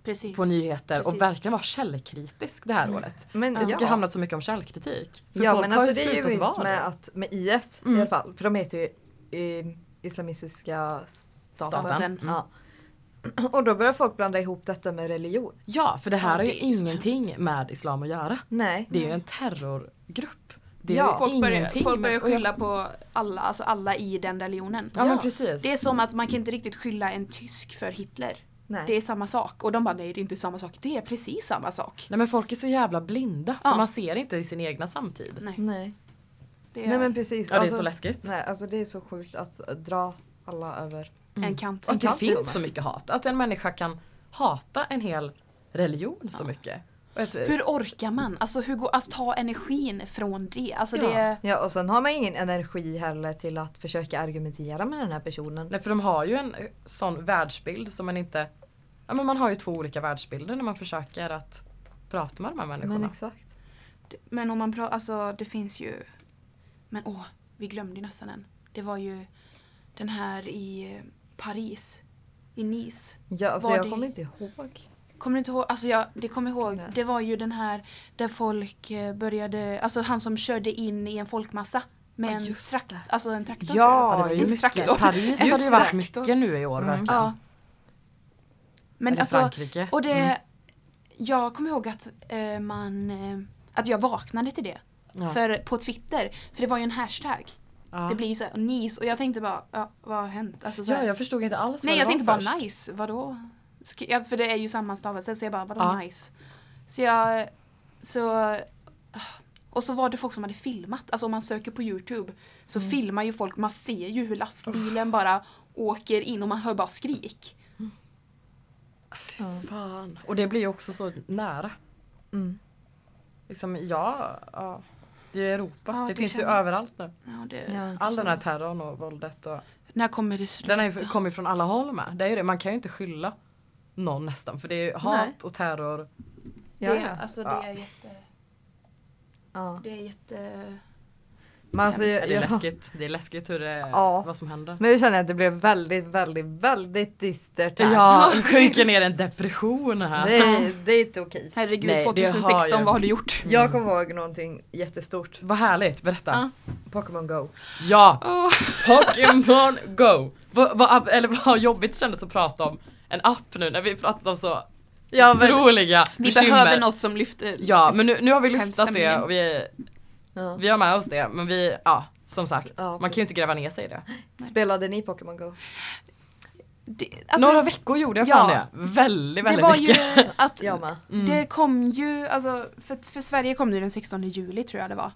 [SPEAKER 3] Precis.
[SPEAKER 1] på nyheter
[SPEAKER 3] Precis.
[SPEAKER 1] och verkligen vara källkritisk det här
[SPEAKER 3] Mm.
[SPEAKER 1] året.
[SPEAKER 2] Men,
[SPEAKER 1] Jag tycker det
[SPEAKER 2] ja.
[SPEAKER 1] har handlat så mycket om källkritik. För
[SPEAKER 2] ja
[SPEAKER 1] folk
[SPEAKER 2] men
[SPEAKER 1] har
[SPEAKER 2] alltså det är
[SPEAKER 1] slutat
[SPEAKER 2] ju just
[SPEAKER 1] vara det.
[SPEAKER 2] med, att, med IS i
[SPEAKER 1] Mm.
[SPEAKER 2] alla fall. För de heter ju i, Islamistiska staten.
[SPEAKER 1] Staten, mm.
[SPEAKER 2] Ja. Och då börjar folk blanda ihop detta med religion.
[SPEAKER 1] Ja, för det här
[SPEAKER 3] Ja,
[SPEAKER 1] har ju
[SPEAKER 3] det är ju så
[SPEAKER 1] ingenting med islam att göra.
[SPEAKER 2] Nej.
[SPEAKER 1] Det är ju en terrorgrupp. Det är
[SPEAKER 2] Ja,
[SPEAKER 1] ju
[SPEAKER 3] Folk börjar,
[SPEAKER 1] ingenting
[SPEAKER 3] folk
[SPEAKER 1] med-
[SPEAKER 3] börjar
[SPEAKER 1] och jag-
[SPEAKER 3] skylla på alla, alltså alla i den religionen.
[SPEAKER 1] Ja, men precis.
[SPEAKER 3] Det är som att man kan inte riktigt skylla en tysk för Hitler.
[SPEAKER 2] Nej.
[SPEAKER 3] Det är samma sak. Och de bara, nej det är inte samma sak. Det är precis samma sak.
[SPEAKER 1] Nej men folk är så jävla blinda för
[SPEAKER 3] Ja.
[SPEAKER 1] man ser inte i sin egna samtid.
[SPEAKER 3] Nej.
[SPEAKER 2] Nej.
[SPEAKER 3] Det är
[SPEAKER 2] Nej men precis.
[SPEAKER 1] Ja det är så läskigt.
[SPEAKER 2] Nej, alltså det är så sjukt att eh, dra alla över.
[SPEAKER 3] en kant.
[SPEAKER 1] Och att det
[SPEAKER 2] Fantastiskt.
[SPEAKER 1] finns så mycket hat. Att en människa kan hata en hel religion så mycket. Och jag tror,
[SPEAKER 3] Hur orkar man? Alltså hur går att ta energin från det? Alltså
[SPEAKER 1] Ja.
[SPEAKER 3] det...
[SPEAKER 2] Ja och sen har man ingen energi heller till att försöka argumentera med den här personen.
[SPEAKER 1] Nej för de har ju en eh, sån världsbild som man inte... Ja men man har ju två olika världsbilder när man försöker att prata med de här människorna.
[SPEAKER 2] Men exakt.
[SPEAKER 3] Men om man pratar, alltså det finns ju... Men åh, vi glömde ju nästan en. Det var ju den här i Paris. I Nice.
[SPEAKER 2] Ja alltså
[SPEAKER 3] Var
[SPEAKER 2] jag
[SPEAKER 3] det-
[SPEAKER 2] kommer inte ihåg.
[SPEAKER 3] Kommer du inte ihåg? Alltså jag det kommer jag ihåg.
[SPEAKER 2] Nej.
[SPEAKER 3] Det var ju den här där folk eh, började, alltså han som körde in i en folkmassa. Med
[SPEAKER 2] Ja,
[SPEAKER 3] en,
[SPEAKER 2] just
[SPEAKER 3] trakt,
[SPEAKER 2] det.
[SPEAKER 3] alltså en traktor.
[SPEAKER 1] Ja, det var ju
[SPEAKER 3] en
[SPEAKER 1] mycket.
[SPEAKER 3] traktor.
[SPEAKER 1] Paris
[SPEAKER 3] En
[SPEAKER 1] hade ju varit
[SPEAKER 3] traktor.
[SPEAKER 1] mycket nu i år
[SPEAKER 2] Mm.
[SPEAKER 1] verkligen.
[SPEAKER 3] Ja. Men
[SPEAKER 1] Eller
[SPEAKER 3] alltså,
[SPEAKER 1] Frankrike.
[SPEAKER 3] och det,
[SPEAKER 1] Mm.
[SPEAKER 3] jag kommer ihåg att eh, man, eh, att jag vaknade till det.
[SPEAKER 1] Ja.
[SPEAKER 3] För, på Twitter, för det var ju en hashtag.
[SPEAKER 1] Ja.
[SPEAKER 3] Det blir ju såhär nice och jag tänkte bara, ja, vad har hänt? Alltså, så
[SPEAKER 1] ja,
[SPEAKER 3] här-
[SPEAKER 1] jag förstod inte alls
[SPEAKER 3] nej
[SPEAKER 1] vad
[SPEAKER 3] jag
[SPEAKER 1] det
[SPEAKER 3] tänkte
[SPEAKER 1] var
[SPEAKER 3] bara
[SPEAKER 1] först.
[SPEAKER 3] nice, vadå? Sk- ja, för det är ju samma stavelse så jag bara, vadå
[SPEAKER 1] Ja.
[SPEAKER 3] nice? Så jag, så, ah. och så var det folk som hade filmat, alltså om man söker på youtube så
[SPEAKER 1] Mm.
[SPEAKER 3] filmar ju folk, man ser ju hur lastbilen bara åker in och man hör bara skrik.
[SPEAKER 2] Ja.
[SPEAKER 1] Fan. Och det blir ju också så nära.
[SPEAKER 2] Mm.
[SPEAKER 1] Liksom, ja, ja. Det är Europa.
[SPEAKER 3] Ja,
[SPEAKER 1] det,
[SPEAKER 3] det
[SPEAKER 1] finns ju
[SPEAKER 3] känns-
[SPEAKER 1] överallt nu.
[SPEAKER 3] Ja, det,
[SPEAKER 2] Ja.
[SPEAKER 1] All den här terrorn och våldet. Och,
[SPEAKER 3] När kommer det sluta?
[SPEAKER 1] den har ju kommit från alla håll med. Det är ju det. Man kan ju inte skylla någon nästan. För det är ju hat
[SPEAKER 3] Nej.
[SPEAKER 1] och terror.
[SPEAKER 2] Ja,
[SPEAKER 3] det,
[SPEAKER 2] ja.
[SPEAKER 3] alltså, det,
[SPEAKER 1] Ja.
[SPEAKER 3] är jätte,
[SPEAKER 2] ja.
[SPEAKER 3] det är jätte...
[SPEAKER 2] Men alltså,
[SPEAKER 1] det
[SPEAKER 2] jag,
[SPEAKER 1] är
[SPEAKER 2] jag,
[SPEAKER 1] läskigt. Det är läskigt hur det,
[SPEAKER 2] Ja.
[SPEAKER 1] vad som händer.
[SPEAKER 2] men jag känner att det blev väldigt, väldigt, väldigt dystert här.
[SPEAKER 1] Ja, sjunker ner i en depression här.
[SPEAKER 2] Det, är- det är inte okej.
[SPEAKER 3] Herregud,
[SPEAKER 1] Nej, det har
[SPEAKER 3] 2016,
[SPEAKER 1] ju-
[SPEAKER 3] vad har du gjort?
[SPEAKER 2] Jag kommer ihåg någonting jättestort.
[SPEAKER 1] Vad härligt, berätta.
[SPEAKER 3] Ja.
[SPEAKER 2] Pokémon Go.
[SPEAKER 1] Ja,
[SPEAKER 3] Åh.
[SPEAKER 1] Pokémon Go! Vad, vad, eller vad jobbigt kändes att prata om en app nu när vi pratat om så
[SPEAKER 2] Ja,
[SPEAKER 1] otroliga
[SPEAKER 3] Vi
[SPEAKER 1] bekymmer.
[SPEAKER 3] behöver något som lyfter.
[SPEAKER 1] Ja, men nu, nu har vi lyftat det
[SPEAKER 3] Självstämningen.
[SPEAKER 1] och vi,
[SPEAKER 2] ja.
[SPEAKER 1] vi har med oss det. Men vi, ja, som sagt,
[SPEAKER 2] Ja.
[SPEAKER 1] man kan ju inte gräva ner sig i det.
[SPEAKER 2] Spelade ni Pokémon Go?
[SPEAKER 3] Det, alltså,
[SPEAKER 1] Några veckor gjorde jag fan
[SPEAKER 3] ja.
[SPEAKER 1] det. Väldigt,
[SPEAKER 3] det
[SPEAKER 1] väldigt
[SPEAKER 3] var
[SPEAKER 1] mycket. Mm.
[SPEAKER 3] ju att
[SPEAKER 2] Jag med.
[SPEAKER 3] det kom ju, alltså för, för Sverige kom det den 16 juli tror jag det var.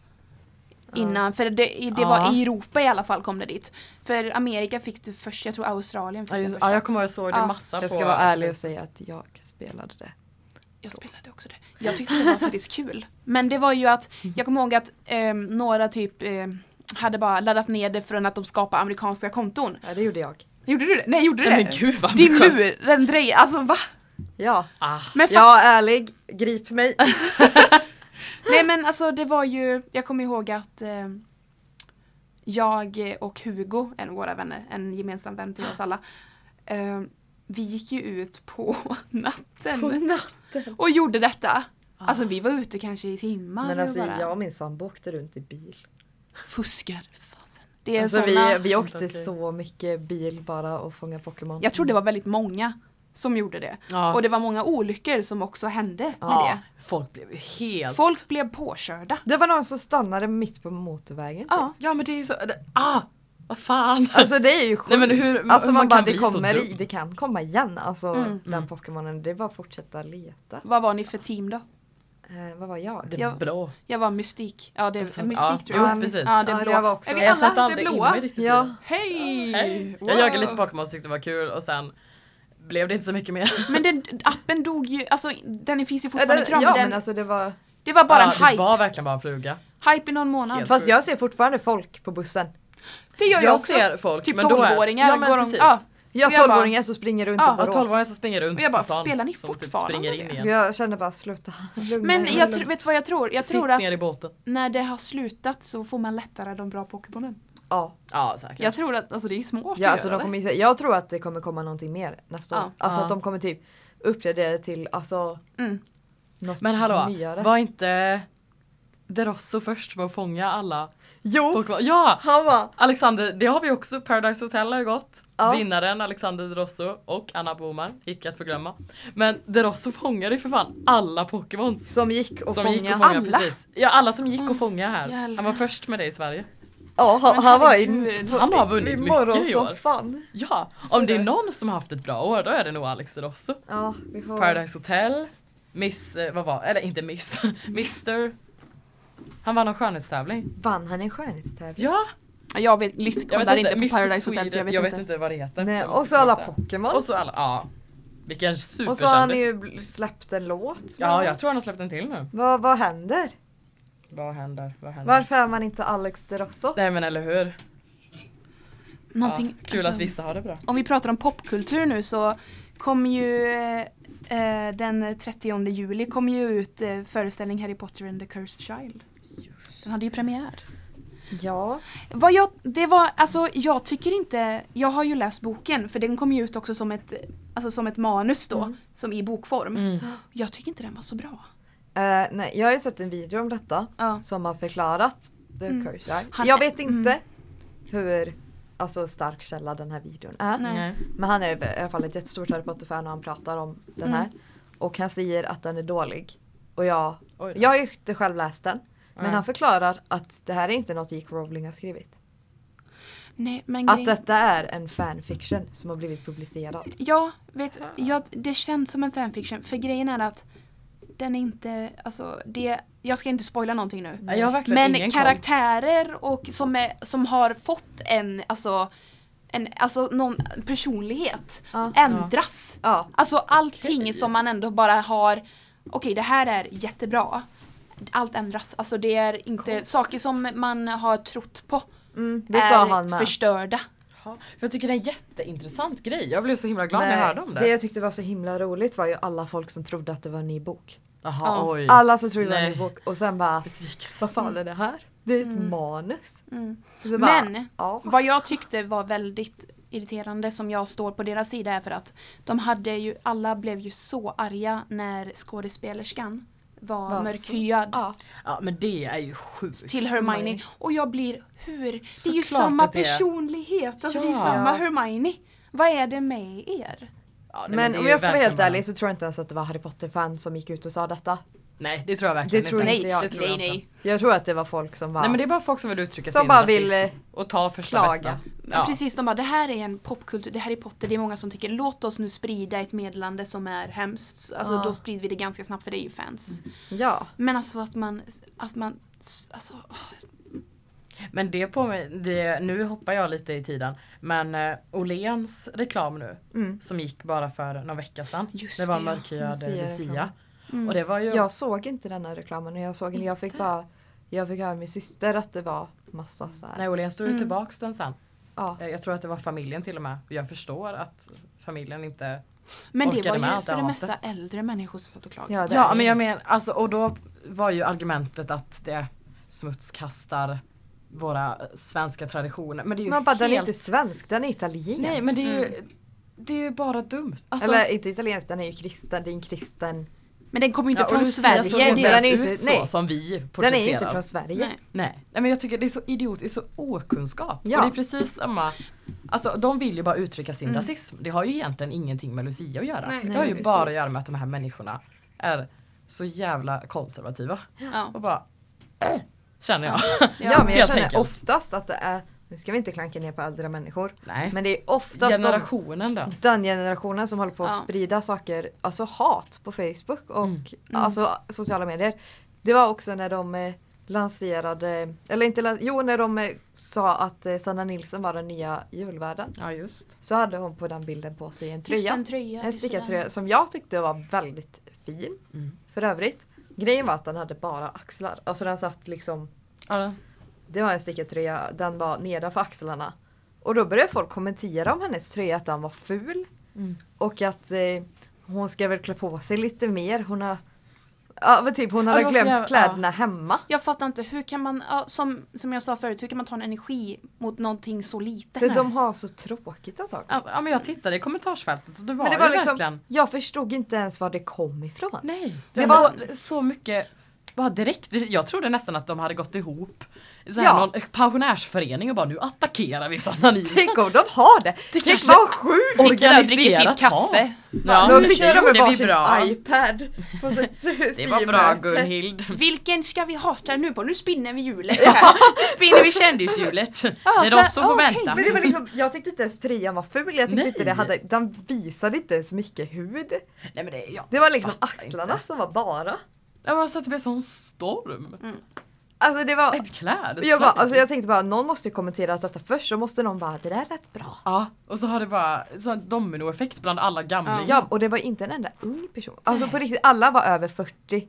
[SPEAKER 3] Innan, för det, i- det
[SPEAKER 1] Ja.
[SPEAKER 3] var i Europa i alla fall kom det dit. För Amerika fick du först, jag tror Australien fick
[SPEAKER 1] Ja,
[SPEAKER 3] den
[SPEAKER 1] just-
[SPEAKER 3] första.
[SPEAKER 1] ja,
[SPEAKER 3] jag,
[SPEAKER 1] jag kommer ihåg jag såg det
[SPEAKER 3] Ja.
[SPEAKER 1] massa
[SPEAKER 2] Jag
[SPEAKER 1] på...
[SPEAKER 2] ska vara ärlig och säga att jag spelade det.
[SPEAKER 3] spelade också det. Jag tyckte det var faktiskt kul. Men det var ju att, jag kommer ihåg att ehm, några typ ehm, hade bara laddat ner det från att de skapade amerikanska konton.
[SPEAKER 2] Ja, det gjorde jag.
[SPEAKER 3] Gjorde du det? Nej gjorde du
[SPEAKER 1] Nej,
[SPEAKER 3] det?
[SPEAKER 1] men gud vad
[SPEAKER 3] Din
[SPEAKER 1] ambitiöst.
[SPEAKER 3] mur, den drej, alltså va?
[SPEAKER 2] Ja,
[SPEAKER 1] Ah.
[SPEAKER 3] Men fa-
[SPEAKER 2] jag är ärlig. Grip mig.
[SPEAKER 3] Nej men alltså det var ju, jag kommer ihåg att eh, jag och Hugo, en av våra vänner, en gemensam vän till oss alla, eh, vi gick ju ut på natten
[SPEAKER 2] På natten.
[SPEAKER 3] och gjorde detta. Alltså vi var ute kanske i timmar
[SPEAKER 2] Men alltså
[SPEAKER 3] och bara
[SPEAKER 2] jag och min sambo åkte runt i bil.
[SPEAKER 3] fuskar. Fasen. Det är
[SPEAKER 2] Alltså,
[SPEAKER 3] såna,
[SPEAKER 2] vi, vi
[SPEAKER 1] Inte
[SPEAKER 2] åkte
[SPEAKER 1] okej.
[SPEAKER 2] så mycket bil bara och fångade Pokémon.
[SPEAKER 3] jag tror det var väldigt många som gjorde det.
[SPEAKER 1] Ja.
[SPEAKER 3] Och det var många olyckor som också hände med
[SPEAKER 1] ja. Folk blev ju
[SPEAKER 3] det.
[SPEAKER 1] helt...
[SPEAKER 3] Folk blev påkörda.
[SPEAKER 2] Det var någon som stannade mitt på motorvägen.
[SPEAKER 3] Ja.
[SPEAKER 1] Ja men det är ju så... Ah! Vad fan!
[SPEAKER 2] Alltså det är ju sjukt.
[SPEAKER 1] Nej, men hur-
[SPEAKER 2] alltså
[SPEAKER 1] hur
[SPEAKER 2] man,
[SPEAKER 1] man
[SPEAKER 2] bara,
[SPEAKER 1] kan
[SPEAKER 2] det
[SPEAKER 1] bli så
[SPEAKER 2] kommer i,
[SPEAKER 1] dum.
[SPEAKER 2] det kan komma igen. Alltså
[SPEAKER 3] Mm.
[SPEAKER 2] den Pokémonen, det är bara att fortsätta leta.
[SPEAKER 3] Vad var ni för team då?
[SPEAKER 2] Eh, vad var jag?
[SPEAKER 1] det är
[SPEAKER 3] jag-
[SPEAKER 1] blå.
[SPEAKER 3] Jag var mystik. Ja, det är
[SPEAKER 1] Alltså,
[SPEAKER 3] mystik
[SPEAKER 1] ja.
[SPEAKER 3] tror jag.
[SPEAKER 1] Jo, precis.
[SPEAKER 3] Ja, det
[SPEAKER 2] Ja,
[SPEAKER 3] är blå.
[SPEAKER 2] jag var också-
[SPEAKER 3] Är vi
[SPEAKER 1] Jag satt
[SPEAKER 3] alla det
[SPEAKER 1] aldrig in
[SPEAKER 3] blåa?
[SPEAKER 1] mig riktigt i
[SPEAKER 2] Ja.
[SPEAKER 1] det.
[SPEAKER 3] Hej! Wow.
[SPEAKER 1] Jag jagade lite Pokémon och tyckte det var kul och sen blev det inte så mycket mer.
[SPEAKER 3] Men den, appen dog ju, alltså den finns ju
[SPEAKER 2] Ja,
[SPEAKER 3] fortfarande
[SPEAKER 2] det,
[SPEAKER 3] kvar.
[SPEAKER 2] ja
[SPEAKER 3] men den,
[SPEAKER 2] men alltså det var...
[SPEAKER 3] det var bara
[SPEAKER 1] ja,
[SPEAKER 3] en
[SPEAKER 1] Det
[SPEAKER 3] hype.
[SPEAKER 1] var verkligen bara en fluga.
[SPEAKER 3] Hype i någon månad.
[SPEAKER 1] Helt.
[SPEAKER 2] Fast jag ser fortfarande folk på bussen.
[SPEAKER 3] Det gör jag,
[SPEAKER 1] jag
[SPEAKER 3] också.
[SPEAKER 1] ser folk.
[SPEAKER 3] typ
[SPEAKER 1] men då är-
[SPEAKER 3] 12-åringar
[SPEAKER 1] Ja men
[SPEAKER 3] går de-
[SPEAKER 1] precis. Mm.
[SPEAKER 3] ja.
[SPEAKER 2] Jag
[SPEAKER 3] Och jag bara-
[SPEAKER 2] tolvåringar som springer runt
[SPEAKER 3] Ja,
[SPEAKER 2] i
[SPEAKER 1] Ja,
[SPEAKER 2] Borås.
[SPEAKER 1] 12-åringar som springer runt
[SPEAKER 3] Och jag bara,
[SPEAKER 1] på stan.
[SPEAKER 3] spelar ni
[SPEAKER 1] som typ
[SPEAKER 3] fortfarande
[SPEAKER 1] springer in
[SPEAKER 3] det?
[SPEAKER 1] igen.
[SPEAKER 2] Jag känner bara sluta. Lugna
[SPEAKER 3] Men
[SPEAKER 2] er,
[SPEAKER 3] jag
[SPEAKER 2] lugna
[SPEAKER 3] tror, vet du vad jag tror? Jag tror
[SPEAKER 1] Sitt
[SPEAKER 3] att
[SPEAKER 1] ner i båten.
[SPEAKER 3] när det har slutat så får man lättare de bra Pokémonen.
[SPEAKER 2] Ja,
[SPEAKER 1] Ja säkert.
[SPEAKER 3] Jag tror att, alltså det är smart
[SPEAKER 2] ja
[SPEAKER 3] att
[SPEAKER 2] alltså,
[SPEAKER 3] göra
[SPEAKER 2] de kommer, ju- jag tror att det kommer komma någonting mer nästa
[SPEAKER 3] Ja.
[SPEAKER 2] år. Alltså
[SPEAKER 1] Ja.
[SPEAKER 2] att de kommer typ uppgradera till alltså
[SPEAKER 3] det. Mm.
[SPEAKER 2] något
[SPEAKER 1] men hallå,
[SPEAKER 2] nyare.
[SPEAKER 1] var inte Derosso först med att fånga alla
[SPEAKER 2] Jo!
[SPEAKER 1] Pokémon? Ja!
[SPEAKER 2] Han bara
[SPEAKER 1] Alexander, det har vi också. Paradise Hotel har ju gått.
[SPEAKER 2] Ja.
[SPEAKER 1] Vinnaren Alexander Derosso och Anna Boman. Icke att förglömma. Men Derosso fångade ju för fan alla Pokémons.
[SPEAKER 2] som gick och
[SPEAKER 1] som
[SPEAKER 2] fångade.
[SPEAKER 1] gick och fångade.
[SPEAKER 3] Alla?
[SPEAKER 1] Precis. Ja alla som gick och fångade här.
[SPEAKER 3] jävlar.
[SPEAKER 1] Han var först med det i Sverige.
[SPEAKER 2] Ja, han,
[SPEAKER 3] Men
[SPEAKER 2] han var i,
[SPEAKER 3] herregud.
[SPEAKER 1] Han har
[SPEAKER 2] i
[SPEAKER 1] vunnit mycket i år.
[SPEAKER 2] morgonsoffan.
[SPEAKER 1] Ja, om det är någon som har haft ett bra år då är det nog Alex Rosso.
[SPEAKER 2] Ja, vi får...
[SPEAKER 1] Paradise Hotel, Miss, eh, vad var, eller inte Miss, Mister. Han vann en skönhetstävling.
[SPEAKER 2] Vann han en skönhetstävling?
[SPEAKER 1] Ja!
[SPEAKER 3] Jag vet, lytt, kollar inte på
[SPEAKER 1] Mr.
[SPEAKER 3] Paradise Hotel så
[SPEAKER 1] Sweden,
[SPEAKER 3] jag vet, inte.
[SPEAKER 1] vad det heter.
[SPEAKER 2] Nej,
[SPEAKER 1] Jag måste
[SPEAKER 2] och så alla
[SPEAKER 1] kolla upp det.
[SPEAKER 2] Pokémon.
[SPEAKER 1] Och så alla, ja. Vilken
[SPEAKER 2] Och så har han
[SPEAKER 1] superkändis.
[SPEAKER 2] ju bl- släppt en låt.
[SPEAKER 1] Ja, jag tror han har släppt en till nu.
[SPEAKER 2] Vad, vad händer?
[SPEAKER 1] Vad händer? Vad händer?
[SPEAKER 2] Varför är man inte Alex de Rosso?
[SPEAKER 1] Nej men eller hur?
[SPEAKER 3] Någonting,
[SPEAKER 1] ja, kul
[SPEAKER 3] alltså-
[SPEAKER 1] att vissa har det bra.
[SPEAKER 3] om vi pratar om popkultur nu så kommer ju eh, eh, den 30 juli kommer ju ut eh, föreställning Harry Potter and the Cursed Child. Den hade ju premiär.
[SPEAKER 2] Ja.
[SPEAKER 3] Vad jag, det var, alltså jag tycker inte, jag har ju läst boken för den kom ju ut också som ett, alltså som ett manus då, som i bokform. Jag tycker inte den var så bra.
[SPEAKER 2] Eh, nej, jag har ju sett en video om detta
[SPEAKER 3] Ja.
[SPEAKER 2] som har förklarat The
[SPEAKER 3] Mm.
[SPEAKER 2] Curse Eye.
[SPEAKER 3] Han-
[SPEAKER 2] jag vet inte hur alltså, stark källa den här videon är.
[SPEAKER 3] Nej.
[SPEAKER 2] Men han är i alla fall ett jättestort Harry Potter-fan och han pratar om den
[SPEAKER 3] Mm.
[SPEAKER 2] här. Och han säger att den är dålig. Och jag,
[SPEAKER 1] Oj då.
[SPEAKER 2] jag har ju inte själv läst den. Men
[SPEAKER 1] Nej.
[SPEAKER 2] han förklarar att det här är inte något J.K. Rowling har skrivit.
[SPEAKER 3] Nej, men
[SPEAKER 2] Att
[SPEAKER 3] grejen-
[SPEAKER 2] detta är en fanfiction som har blivit publicerad.
[SPEAKER 3] Ja, vet, ja, det känns som en fanfiction. För grejen är att den är inte, alltså det, jag ska inte spoila någonting nu.
[SPEAKER 1] Ja, Jag har verkligen ingen
[SPEAKER 3] Men
[SPEAKER 1] koll.
[SPEAKER 3] karaktärer och som, är, som har fått en, alltså, en, alltså någon personlighet
[SPEAKER 2] Ja.
[SPEAKER 3] ändras.
[SPEAKER 2] Ja.
[SPEAKER 3] Alltså allting som man ändå bara har, okej det här är jättebra. Allt ändras, alltså det är inte
[SPEAKER 1] Konstigt.
[SPEAKER 3] saker som man har trott på
[SPEAKER 2] Mm, det
[SPEAKER 3] är
[SPEAKER 2] sa han med.
[SPEAKER 3] förstörda.
[SPEAKER 1] Ja, För jag tycker det är en jätteintressant grej. Jag blev så himla glad när
[SPEAKER 2] Nej,
[SPEAKER 1] jag hörde om det.
[SPEAKER 2] det jag tyckte var så himla roligt var ju alla folk som trodde att det var en ny bok.
[SPEAKER 1] Jaha,
[SPEAKER 3] Ja.
[SPEAKER 1] oj.
[SPEAKER 2] Alla som trodde det var en
[SPEAKER 1] Nej.
[SPEAKER 2] ny bok och sen bara
[SPEAKER 1] Besvikelse.
[SPEAKER 2] Vad fan är det här? Det är ett manus.
[SPEAKER 3] Mm.
[SPEAKER 2] Så bara,
[SPEAKER 3] Men
[SPEAKER 2] ja.
[SPEAKER 3] Vad jag tyckte var väldigt irriterande som jag står på deras sida är för att de hade ju, alla blev ju så arga när skådespelerskan var
[SPEAKER 2] Var
[SPEAKER 3] mörkhyad
[SPEAKER 2] Ja.
[SPEAKER 1] Ja men det är ju sjukt.
[SPEAKER 3] till Hermione. Och jag blir, hur? det är ju
[SPEAKER 1] Såklart
[SPEAKER 3] samma
[SPEAKER 1] att det är.
[SPEAKER 3] personlighet, alltså det är ju
[SPEAKER 1] Ja.
[SPEAKER 3] samma Hermione. Vad är det med er?
[SPEAKER 1] Ja, nej,
[SPEAKER 2] Men
[SPEAKER 1] det är
[SPEAKER 2] om
[SPEAKER 1] ju
[SPEAKER 2] jag ska vara
[SPEAKER 1] verkligen
[SPEAKER 2] helt
[SPEAKER 1] bara-
[SPEAKER 2] ärlig så tror jag inte ens att det var Harry Potter-fan som gick ut och sa detta.
[SPEAKER 1] Nej det tror jag verkligen
[SPEAKER 2] Det tror
[SPEAKER 1] inte.
[SPEAKER 2] jag inte jag.
[SPEAKER 1] Det tror jag inte.
[SPEAKER 2] Jag tror att det var folk som var...
[SPEAKER 1] Nej men det är bara folk som vill uttrycka
[SPEAKER 2] Som
[SPEAKER 1] sin
[SPEAKER 2] bara
[SPEAKER 1] rasism
[SPEAKER 2] vill, eh,
[SPEAKER 1] och ta första
[SPEAKER 2] klaga.
[SPEAKER 1] bästa.
[SPEAKER 3] Men Precis, de bara det här är en popkultur, det här är Potter, det är många som tycker låt oss nu sprida ett meddelande som är hemskt. Alltså
[SPEAKER 2] Ja.
[SPEAKER 3] då sprider vi det ganska snabbt för det är ju fans.
[SPEAKER 2] Ja.
[SPEAKER 3] Men alltså att man, att man, alltså
[SPEAKER 1] Men det på mig, det, nu hoppar jag lite i tiden. Men eh, Åhléns reklam nu
[SPEAKER 2] Mm.
[SPEAKER 1] som gick bara för någon vecka sedan.
[SPEAKER 3] Just
[SPEAKER 1] det var
[SPEAKER 3] det,
[SPEAKER 1] en
[SPEAKER 3] ja.
[SPEAKER 1] mörkhyad eh,
[SPEAKER 2] Lucia-reklam.
[SPEAKER 1] Lucia. Och det var ju...
[SPEAKER 2] Mm. Jag såg inte den här reklamen och jag såg eller jag fick bara... Jag fick höra av min syster att det var massa så här.
[SPEAKER 1] Nej Åhléns drog ju
[SPEAKER 3] Mm.
[SPEAKER 1] tillbaks den sen.
[SPEAKER 2] Ja.
[SPEAKER 1] Eh, Jag tror att det var familjen till och med. Och Jag förstår att familjen inte...
[SPEAKER 3] Men det
[SPEAKER 1] orkade
[SPEAKER 3] var
[SPEAKER 1] med
[SPEAKER 3] ju
[SPEAKER 1] allt
[SPEAKER 3] för det
[SPEAKER 1] hatet.
[SPEAKER 3] mesta äldre människor som satt och klagade.
[SPEAKER 2] Ja, det
[SPEAKER 1] Ja
[SPEAKER 2] är-
[SPEAKER 1] men jag menar, alltså, och då var ju argumentet att det smutskastar våra svenska traditioner. Men det är ju
[SPEAKER 2] Man bara, den är
[SPEAKER 1] helt...
[SPEAKER 2] inte Mm. svensk, den är italiensk.
[SPEAKER 1] Nej men det är ju, det är ju bara dumt. Alltså,
[SPEAKER 2] Eller inte italiensk, den är ju kristen, det är en kristen.
[SPEAKER 3] Men den kommer ju inte
[SPEAKER 1] ja, och
[SPEAKER 3] från
[SPEAKER 1] Lucia såg
[SPEAKER 3] Sverige.
[SPEAKER 1] inte
[SPEAKER 3] Det
[SPEAKER 2] den
[SPEAKER 1] ens
[SPEAKER 2] är
[SPEAKER 1] ut
[SPEAKER 2] inte-
[SPEAKER 1] så
[SPEAKER 2] nej.
[SPEAKER 1] som vi
[SPEAKER 2] Den
[SPEAKER 1] porträtterar.
[SPEAKER 2] är ju inte från Sverige.
[SPEAKER 3] Nej.
[SPEAKER 1] Nej. nej men jag tycker det är så idiotiskt, så okunskap.
[SPEAKER 2] Ja. Mm.
[SPEAKER 1] Och det är precis samma. Alltså de vill ju bara uttrycka sin rasism. Det har ju egentligen ingenting med Lucia att göra.
[SPEAKER 3] Nej,
[SPEAKER 1] det har ju
[SPEAKER 2] precis.
[SPEAKER 1] bara att göra med att de här människorna är så jävla konservativa.
[SPEAKER 3] Ja.
[SPEAKER 1] Och bara äh, känner jag.
[SPEAKER 2] Ja, men jag
[SPEAKER 1] Helt
[SPEAKER 2] känner
[SPEAKER 1] enkelt.
[SPEAKER 2] oftast att det är, nu ska vi inte klanka ner på äldre människor.
[SPEAKER 1] Nej.
[SPEAKER 2] Men det är oftast de
[SPEAKER 1] Generationen då.
[SPEAKER 2] den generationen som håller på att
[SPEAKER 3] Ja.
[SPEAKER 2] sprida saker, alltså hat på Facebook och
[SPEAKER 3] Mm.
[SPEAKER 2] alltså sociala medier. Det var också när de eh, lanserade, eller inte lan- jo när de eh, sa att eh, Sanna Nilsson var den nya julvärden.
[SPEAKER 1] Ja just.
[SPEAKER 2] Så hade hon på den bilden på sig en
[SPEAKER 3] Just
[SPEAKER 2] tröja.
[SPEAKER 3] en tröja.
[SPEAKER 2] En
[SPEAKER 3] just
[SPEAKER 2] stickad
[SPEAKER 3] det.
[SPEAKER 2] tröja som jag tyckte var väldigt fin. För övrigt. Grejen var att den hade bara axlar. Alltså den satt liksom
[SPEAKER 1] Ja.
[SPEAKER 2] det var en stickad tröja, den var nedanför axlarna. Och då började folk kommentera om hennes tröja, att den var ful.
[SPEAKER 1] Mm.
[SPEAKER 2] Och att eh, hon ska väl klä på sig lite mer. Hon har... Ja men typ hon hade
[SPEAKER 1] jag var så
[SPEAKER 2] glömt
[SPEAKER 1] jävla-
[SPEAKER 2] kläderna hemma.
[SPEAKER 3] Jag fattar inte, hur kan man, ja, som, som jag sa förut, hur kan man ta en energi mot någonting så litet?
[SPEAKER 2] För de har så tråkigt att
[SPEAKER 1] Ja, ja men jag tittade i kommentarsfältet så det var,
[SPEAKER 2] Men det var
[SPEAKER 1] ju
[SPEAKER 2] liksom,
[SPEAKER 1] verkligen.
[SPEAKER 2] jag förstod inte ens var det kom ifrån.
[SPEAKER 1] Nej. Det,
[SPEAKER 2] Det
[SPEAKER 1] var så mycket. Bara direkt. Jag trodde nästan att de hade gått ihop. Så här
[SPEAKER 2] Ja.
[SPEAKER 1] någon pensionärsförening och bara nu attackerar vi Sanna Nilsson.
[SPEAKER 2] Tänk om de har det! Det Tänk
[SPEAKER 1] kanske-
[SPEAKER 2] vad sjukt!
[SPEAKER 3] Sitter där och dricker
[SPEAKER 1] organiserat
[SPEAKER 3] sitt kaffe.
[SPEAKER 1] Ja,
[SPEAKER 2] Då
[SPEAKER 1] det
[SPEAKER 2] sitter de
[SPEAKER 1] gjorde
[SPEAKER 2] med
[SPEAKER 1] vi
[SPEAKER 2] varsin
[SPEAKER 1] bra.
[SPEAKER 2] iPad. på sitt
[SPEAKER 1] Det var bra
[SPEAKER 2] symmöte.
[SPEAKER 1] Gunhild.
[SPEAKER 3] Vilken ska vi hata nu på? Nu spinner vi hjulet här.
[SPEAKER 1] Nu spinner vi kändishjulet.
[SPEAKER 3] Ja,
[SPEAKER 1] det
[SPEAKER 3] så
[SPEAKER 1] är
[SPEAKER 3] här,
[SPEAKER 1] de som får
[SPEAKER 3] okej,
[SPEAKER 1] vänta.
[SPEAKER 2] Men det var liksom, jag tyckte inte ens tröjan var ful, jag tyckte
[SPEAKER 1] Nej.
[SPEAKER 2] inte det hade, den visade inte ens mycket hud.
[SPEAKER 1] Nej, men det, ja.
[SPEAKER 2] Det var liksom
[SPEAKER 1] Fattar
[SPEAKER 2] axlarna
[SPEAKER 1] inte.
[SPEAKER 2] som var bara.
[SPEAKER 1] det var så att det blev sån storm.
[SPEAKER 2] Alltså det var,
[SPEAKER 1] Ett klädesplagg.
[SPEAKER 2] jag, bara, alltså jag tänkte bara någon måste ju kommentera detta först, så måste någon bara det där lät bra.
[SPEAKER 1] Ja, och så har det bara så en dominoeffekt bland alla gamlingar.
[SPEAKER 2] Ja och det var inte en enda ung person. Alltså på riktigt, alla var över 40.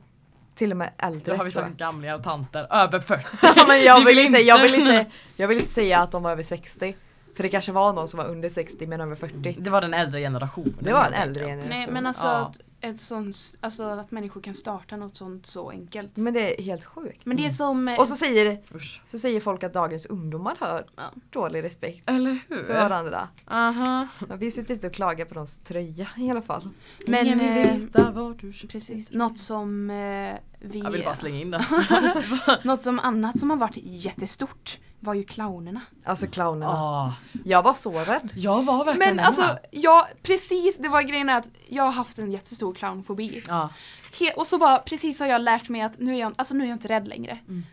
[SPEAKER 2] Till och med
[SPEAKER 1] Då
[SPEAKER 2] äldre
[SPEAKER 1] har vi
[SPEAKER 2] tror
[SPEAKER 1] sagt
[SPEAKER 2] jag.
[SPEAKER 1] gamlingar och tanter, över 40.
[SPEAKER 2] Ja, men jag,
[SPEAKER 1] Vi
[SPEAKER 2] vill inte, jag, vill inte, jag vill inte säga att de var över 60. För det kanske var någon som var under 60 men över 40.
[SPEAKER 1] Det var den äldre generationen.
[SPEAKER 2] Det var en
[SPEAKER 1] helt
[SPEAKER 2] äldre
[SPEAKER 1] enkelt.
[SPEAKER 2] generation.
[SPEAKER 3] Nej men alltså,
[SPEAKER 1] Ja.
[SPEAKER 3] att en sån, alltså att människor kan starta något sånt så enkelt. Men,
[SPEAKER 2] Men det är helt sjukt.
[SPEAKER 3] det är som... eh,
[SPEAKER 2] Och så säger,
[SPEAKER 1] Usch.
[SPEAKER 2] så säger folk att dagens ungdomar har
[SPEAKER 3] Ja.
[SPEAKER 2] dålig respekt
[SPEAKER 1] Eller
[SPEAKER 2] för
[SPEAKER 1] hur?
[SPEAKER 2] varandra.
[SPEAKER 1] Aha.
[SPEAKER 2] Ja, Vi sitter inte och klagar på någons tröja i alla fall.
[SPEAKER 3] Men,
[SPEAKER 1] Ingen vill
[SPEAKER 3] eh,
[SPEAKER 1] veta var du
[SPEAKER 3] Precis. Något som eh, vi...
[SPEAKER 1] Jag vill bara slänga in den.
[SPEAKER 3] Något som annat som har varit jättestort var ju clownerna.
[SPEAKER 2] Alltså clownerna.
[SPEAKER 1] Ah,
[SPEAKER 2] Jag var så rädd.
[SPEAKER 1] jag var verkligen
[SPEAKER 3] Men alltså,
[SPEAKER 1] hemma.
[SPEAKER 3] ja precis, det var grejen att jag har haft en jättestor clownfobi.
[SPEAKER 1] Ja.
[SPEAKER 3] He- och så bara, precis har jag lärt mig att nu är jag, alltså, nu är jag inte rädd längre.
[SPEAKER 1] Mm.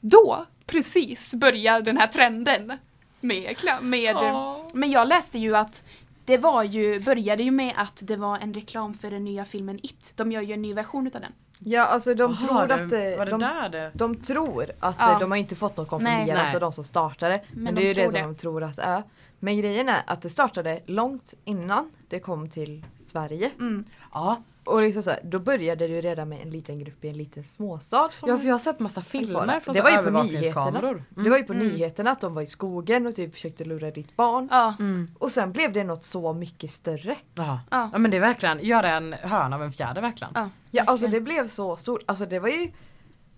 [SPEAKER 3] Då, precis, börjar den här trenden. Med, clown- med,
[SPEAKER 1] Ja.
[SPEAKER 3] Men jag läste ju att det var ju, började ju med att det var en reklam för den nya filmen It. De gör ju en ny version utav den.
[SPEAKER 2] Ja alltså de
[SPEAKER 1] Aha,
[SPEAKER 2] tror
[SPEAKER 1] det-
[SPEAKER 2] att eh,
[SPEAKER 1] Var det
[SPEAKER 2] de,
[SPEAKER 1] där det?
[SPEAKER 2] de tror att
[SPEAKER 3] Ja.
[SPEAKER 2] eh, de har inte fått något konfirmerat
[SPEAKER 3] Nej.
[SPEAKER 1] Nej.
[SPEAKER 2] av de som startade. Men,
[SPEAKER 3] Men
[SPEAKER 2] det
[SPEAKER 3] de
[SPEAKER 2] är ju det
[SPEAKER 3] tror
[SPEAKER 2] som de
[SPEAKER 3] det.
[SPEAKER 2] tror att det är. Men grejen är att det startade långt innan det kom till Sverige.
[SPEAKER 1] Mm. Ja.
[SPEAKER 2] Och liksom så här, då började det ju redan med en liten grupp i en liten småstad. som
[SPEAKER 1] ja, för jag har sett massa
[SPEAKER 2] höll på
[SPEAKER 1] filmer från
[SPEAKER 2] det
[SPEAKER 1] så
[SPEAKER 2] var ju på nyheterna.
[SPEAKER 1] övervakningskameror. Mm.
[SPEAKER 2] Det var ju på nyheterna att de var i skogen och typ försökte lura ditt barn.
[SPEAKER 3] Ja.
[SPEAKER 2] Och sen blev det något så mycket större.
[SPEAKER 1] Ja.
[SPEAKER 3] Ja.
[SPEAKER 1] Mm. ja men det är verkligen, göra en höna av en fjäder verkligen.
[SPEAKER 3] ja.
[SPEAKER 2] Ja alltså det blev så stort. Alltså det var ju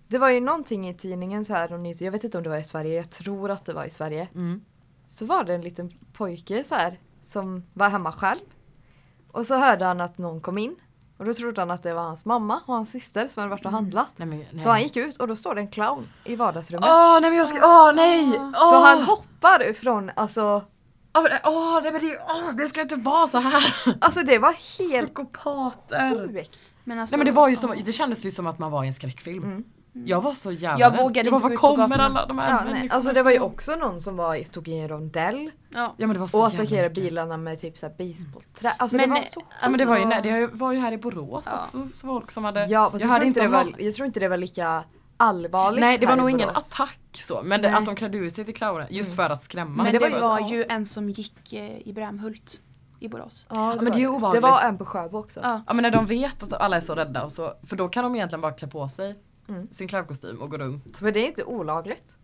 [SPEAKER 2] Det var ju någonting i tidningen så här, och ni- jag vet inte om det var i Sverige, jag tror att det var i Sverige.
[SPEAKER 1] Mm.
[SPEAKER 2] Så var det en liten pojke så här som var hemma själv. Och så hörde han att någon kom in. Och då trodde han att det var hans mamma och hans syster som hade varit och handlat.
[SPEAKER 1] Mm. Nej, men, nej.
[SPEAKER 2] Så han gick ut och då står det en clown i vardagsrummet.
[SPEAKER 1] Åh nej men jag ska, åh nej! Åh!
[SPEAKER 2] Så han hoppar ifrån, alltså,
[SPEAKER 1] Åh men- åh, nej men det, åh, det ska inte vara så här!
[SPEAKER 2] alltså det var helt
[SPEAKER 1] Psykopater!
[SPEAKER 2] sjukt.
[SPEAKER 3] Men alltså,
[SPEAKER 1] Nej men det var ju som, det kändes ju som att man var i en skräckfilm.
[SPEAKER 2] Mm.
[SPEAKER 1] Jag var så jävla
[SPEAKER 3] Jag
[SPEAKER 1] rädd.
[SPEAKER 3] vågade
[SPEAKER 1] bara,
[SPEAKER 3] inte gå
[SPEAKER 1] "Var
[SPEAKER 3] ut på
[SPEAKER 1] kommer
[SPEAKER 3] gatorna."
[SPEAKER 1] alla de här
[SPEAKER 2] Ja, nej.
[SPEAKER 1] människorna
[SPEAKER 2] Alltså det var ju
[SPEAKER 1] ifrån?
[SPEAKER 2] också någon som var, i- stod i en rondell
[SPEAKER 3] Ja.
[SPEAKER 1] Ja men det var så
[SPEAKER 2] och
[SPEAKER 1] jävla
[SPEAKER 2] attackerade
[SPEAKER 1] mycket.
[SPEAKER 2] bilarna med typ såhär basebollträ. Alltså
[SPEAKER 3] Men,
[SPEAKER 2] det var så sjukt.
[SPEAKER 1] Ja men det var ju,
[SPEAKER 3] Alltså-
[SPEAKER 1] nej, det var ju här i Borås
[SPEAKER 3] Ja.
[SPEAKER 1] också så folk som hade
[SPEAKER 2] Ja, fast jag, tror inte det
[SPEAKER 1] om
[SPEAKER 2] var,
[SPEAKER 1] någon-
[SPEAKER 2] jag tror inte det var lika allvarligt
[SPEAKER 1] Nej det var
[SPEAKER 2] här i
[SPEAKER 1] nog ingen
[SPEAKER 2] Borås.
[SPEAKER 1] attack så men det,
[SPEAKER 2] Nej. Mm.
[SPEAKER 1] att de klädde ut sig till clowner just för att skrämma.
[SPEAKER 3] Men, det var,
[SPEAKER 1] ja,
[SPEAKER 3] ju en som gick eh, i Brämhult i Borås.
[SPEAKER 2] Ja,
[SPEAKER 1] men det är ju
[SPEAKER 2] var
[SPEAKER 1] ovanligt.
[SPEAKER 2] Det var en på Sjöbo också.
[SPEAKER 3] Ja.
[SPEAKER 1] Ja men när de vet att alla är så rädda och så, för då kan de egentligen bara klä på sig
[SPEAKER 2] Mm.
[SPEAKER 1] sin clownkostym och gå runt.
[SPEAKER 2] Men det är inte olagligt.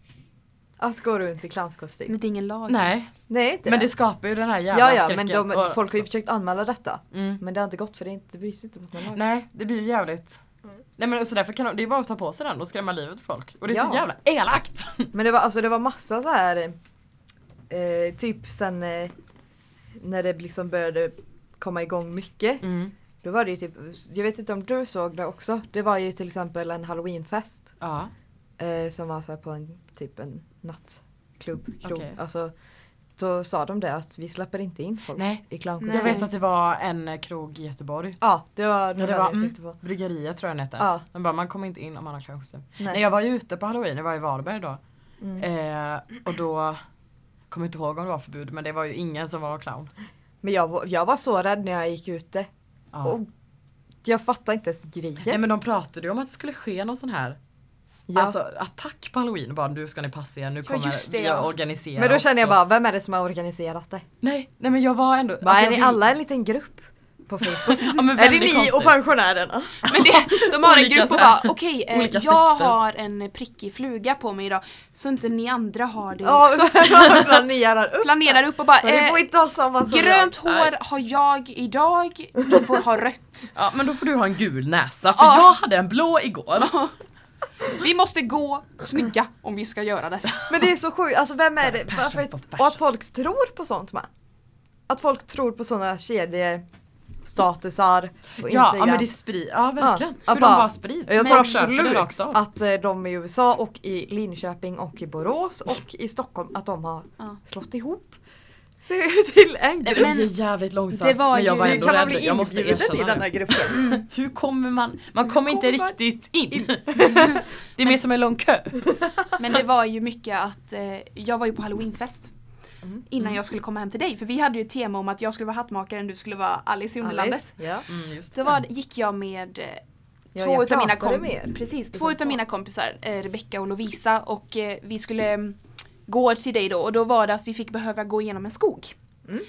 [SPEAKER 2] Att gå runt i clownskostym.
[SPEAKER 3] Men det är ingen lag.
[SPEAKER 1] Nej
[SPEAKER 2] Nej inte
[SPEAKER 1] men
[SPEAKER 2] det.
[SPEAKER 1] det skapar ju den här jävla
[SPEAKER 2] Ja ja men
[SPEAKER 1] skräcken.
[SPEAKER 2] de,
[SPEAKER 1] och-
[SPEAKER 2] folk har ju försökt anmäla detta.
[SPEAKER 1] Mm.
[SPEAKER 2] Men det har inte gått för det, är inte, det bryr sig inte mot någon lag.
[SPEAKER 1] Nej det blir ju jävligt.
[SPEAKER 2] Mm.
[SPEAKER 1] Nej men så därför kan de, det är bara att ta på sig den och skrämma livet ur folk. Och det är
[SPEAKER 2] Ja.
[SPEAKER 1] så jävla elakt!
[SPEAKER 2] Men det var, alltså, det var massa så här eh, typ sen eh, när det liksom började komma igång mycket. Då var det ju typ, jag vet inte om du såg det också. Det var ju till exempel en halloweenfest.
[SPEAKER 1] Ja.
[SPEAKER 2] Eh, som var så här på en typ en nattklubb, krog.
[SPEAKER 1] Okej.
[SPEAKER 2] Alltså, då sa de det att vi släpper inte in folk
[SPEAKER 1] Nej.
[SPEAKER 2] i clownkostym.
[SPEAKER 3] Nej.
[SPEAKER 1] Jag vet att det var en krog i Göteborg.
[SPEAKER 2] Ja, det var
[SPEAKER 1] Ja,
[SPEAKER 2] det,
[SPEAKER 1] det
[SPEAKER 2] där
[SPEAKER 1] var,
[SPEAKER 2] jag
[SPEAKER 1] mm,
[SPEAKER 2] tänkte på.
[SPEAKER 1] Bryggeriet tror jag den heter.
[SPEAKER 2] Ja.
[SPEAKER 1] De bara, man kommer inte in om man har clownkostym.
[SPEAKER 2] Nej.
[SPEAKER 1] Nej. jag var ju ute på halloween, jag var i Varberg då.
[SPEAKER 2] Mm.
[SPEAKER 1] Eh, och då kommer inte ihåg om det var förbud men det var ju ingen som var clown.
[SPEAKER 2] Men jag, var- jag var så rädd när jag gick ute.
[SPEAKER 1] Ja.
[SPEAKER 2] Och jag fattade inte ens grejen.
[SPEAKER 1] Nej men de pratade ju om att det skulle ske någon sån här
[SPEAKER 2] ja.
[SPEAKER 1] alltså, attack på halloween. Bara nu ska ni passa er, nu
[SPEAKER 3] Ja,
[SPEAKER 1] kommer
[SPEAKER 3] just det,
[SPEAKER 1] vi
[SPEAKER 3] ja.
[SPEAKER 1] att organisera
[SPEAKER 2] men då
[SPEAKER 1] oss
[SPEAKER 2] känner jag
[SPEAKER 1] och-
[SPEAKER 2] bara, vem är det som har organiserat det?
[SPEAKER 1] Nej, nej men jag var ändå...
[SPEAKER 2] Bara,
[SPEAKER 1] alltså,
[SPEAKER 2] är
[SPEAKER 1] jag
[SPEAKER 2] ni
[SPEAKER 1] vill-
[SPEAKER 2] alla en liten grupp på Facebook?
[SPEAKER 1] Ja, men
[SPEAKER 2] är det
[SPEAKER 1] väldigt
[SPEAKER 2] ni
[SPEAKER 1] konstigt.
[SPEAKER 2] och pensionärerna?
[SPEAKER 3] Men det, de har en
[SPEAKER 1] Olika
[SPEAKER 3] grupp och
[SPEAKER 1] så här-
[SPEAKER 3] bara okej, eh,
[SPEAKER 1] olika
[SPEAKER 3] jag
[SPEAKER 1] sekter.
[SPEAKER 3] har en eh, prickig fluga på mig idag så inte ni andra har det
[SPEAKER 2] Ja,
[SPEAKER 3] också.
[SPEAKER 2] vi planerar upp.
[SPEAKER 3] Planerar upp och bara
[SPEAKER 2] Ni får
[SPEAKER 3] eh,
[SPEAKER 2] inte ha samma som jag.
[SPEAKER 3] grönt hår har jag idag, ni får ha rött.
[SPEAKER 1] Ja men då får du ha en gul näsa för
[SPEAKER 3] Ja.
[SPEAKER 1] jag hade en blå igår.
[SPEAKER 3] Vi måste gå snygga om vi ska göra detta.
[SPEAKER 2] Men det är så sjukt, alltså vem är det?
[SPEAKER 1] Passion
[SPEAKER 2] Varför,
[SPEAKER 1] på fashion.
[SPEAKER 2] och att folk tror på sånt med. Att folk tror på sådana kedjestatusar
[SPEAKER 1] Ja,
[SPEAKER 2] på Instagram.
[SPEAKER 1] ja men det sprids, ja verkligen.
[SPEAKER 2] Ja,
[SPEAKER 1] Hur
[SPEAKER 2] bara-
[SPEAKER 1] de bara sprids.
[SPEAKER 2] jag
[SPEAKER 1] Men
[SPEAKER 2] tror
[SPEAKER 1] köper det
[SPEAKER 2] absolut
[SPEAKER 1] rakt av.
[SPEAKER 2] att eh, de i USA och i Linköping och i Borås och i Stockholm att de har
[SPEAKER 3] Ja.
[SPEAKER 2] slått ihop sig till en
[SPEAKER 1] Nej,
[SPEAKER 2] grupp.
[SPEAKER 1] men,
[SPEAKER 3] Men-
[SPEAKER 1] det är jävligt långsamt
[SPEAKER 3] det var
[SPEAKER 1] men jag
[SPEAKER 3] ju-
[SPEAKER 1] var
[SPEAKER 2] Hur
[SPEAKER 1] ändå
[SPEAKER 2] kan man
[SPEAKER 1] rädd.
[SPEAKER 2] bli
[SPEAKER 1] Jag måste
[SPEAKER 2] inbjuden i
[SPEAKER 1] erkänna
[SPEAKER 2] den här
[SPEAKER 1] det. Mm,
[SPEAKER 2] gruppen?
[SPEAKER 1] Hur kommer man? Man kommer inte
[SPEAKER 2] kommer man
[SPEAKER 1] riktigt in. det är mer som en lång kö.
[SPEAKER 3] Men det var ju mycket att eh, jag var ju på halloweenfest. Innan jag skulle komma hem till dig för vi hade ju ett tema om att jag skulle vara hattmakaren du skulle vara Alice i Underlandet.
[SPEAKER 2] Alice, Ja.
[SPEAKER 3] Då var, gick jag med eh,
[SPEAKER 2] Ja,
[SPEAKER 3] två
[SPEAKER 2] jag
[SPEAKER 3] utav mina,
[SPEAKER 2] pratade
[SPEAKER 3] kom-
[SPEAKER 2] med er.
[SPEAKER 3] precis,
[SPEAKER 2] Det
[SPEAKER 3] två
[SPEAKER 2] var
[SPEAKER 3] utav
[SPEAKER 2] två.
[SPEAKER 3] mina kompisar, eh, Rebecca och Lovisa och eh, vi skulle mm, gå till dig då och då var det att vi fick behöva gå igenom en skog.
[SPEAKER 2] Mm.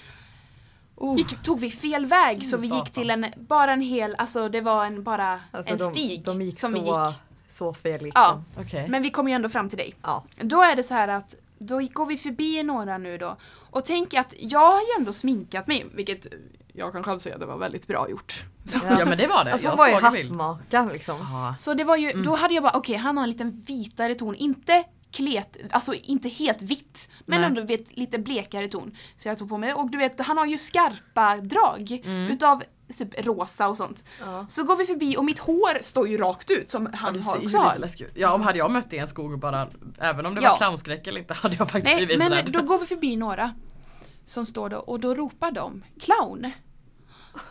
[SPEAKER 3] Gick, tog vi fel väg så vi gick
[SPEAKER 1] satan.
[SPEAKER 3] till en, bara en hel, alltså det var en, bara
[SPEAKER 2] Alltså,
[SPEAKER 3] en
[SPEAKER 2] de,
[SPEAKER 3] stig
[SPEAKER 2] de gick
[SPEAKER 3] som
[SPEAKER 2] så,
[SPEAKER 3] vi gick.
[SPEAKER 2] så fel liksom.
[SPEAKER 3] Ja,
[SPEAKER 1] Okej.
[SPEAKER 3] men vi kom ju ändå fram till dig.
[SPEAKER 2] Ja.
[SPEAKER 3] Då är det så här att Då går vi förbi några nu då. Och tänk att jag har ju ändå sminkat mig, vilket jag kan själv säga att det var väldigt bra gjort. Så,
[SPEAKER 2] Ja.
[SPEAKER 1] Ja men det var det.
[SPEAKER 2] Alltså hon
[SPEAKER 1] jag
[SPEAKER 2] var ju
[SPEAKER 1] såg en bild.
[SPEAKER 2] hattmakaren liksom.
[SPEAKER 1] Ja.
[SPEAKER 3] så det var ju,
[SPEAKER 1] Mm.
[SPEAKER 3] då hade jag bara, okej han har en liten vitare ton, inte klet, alltså inte helt vitt, men
[SPEAKER 1] Nej.
[SPEAKER 3] ändå vet, lite blekare ton. Så jag tog på mig det och du vet, han har ju skarpa drag
[SPEAKER 1] Mm.
[SPEAKER 3] utav typ rosa och sånt.
[SPEAKER 2] Ja.
[SPEAKER 3] Så går vi förbi och mitt hår står ju rakt ut som han
[SPEAKER 1] det ser
[SPEAKER 3] har
[SPEAKER 1] ju
[SPEAKER 3] också
[SPEAKER 1] lite
[SPEAKER 3] har.
[SPEAKER 1] läskigt ut. Ja om hade jag mött det i en skog och bara, även om det var
[SPEAKER 3] Ja.
[SPEAKER 1] clownskräck eller inte hade jag faktiskt
[SPEAKER 3] Nej,
[SPEAKER 1] blivit
[SPEAKER 3] men
[SPEAKER 1] rädd.
[SPEAKER 3] då går vi förbi några som står då och då ropar de clown.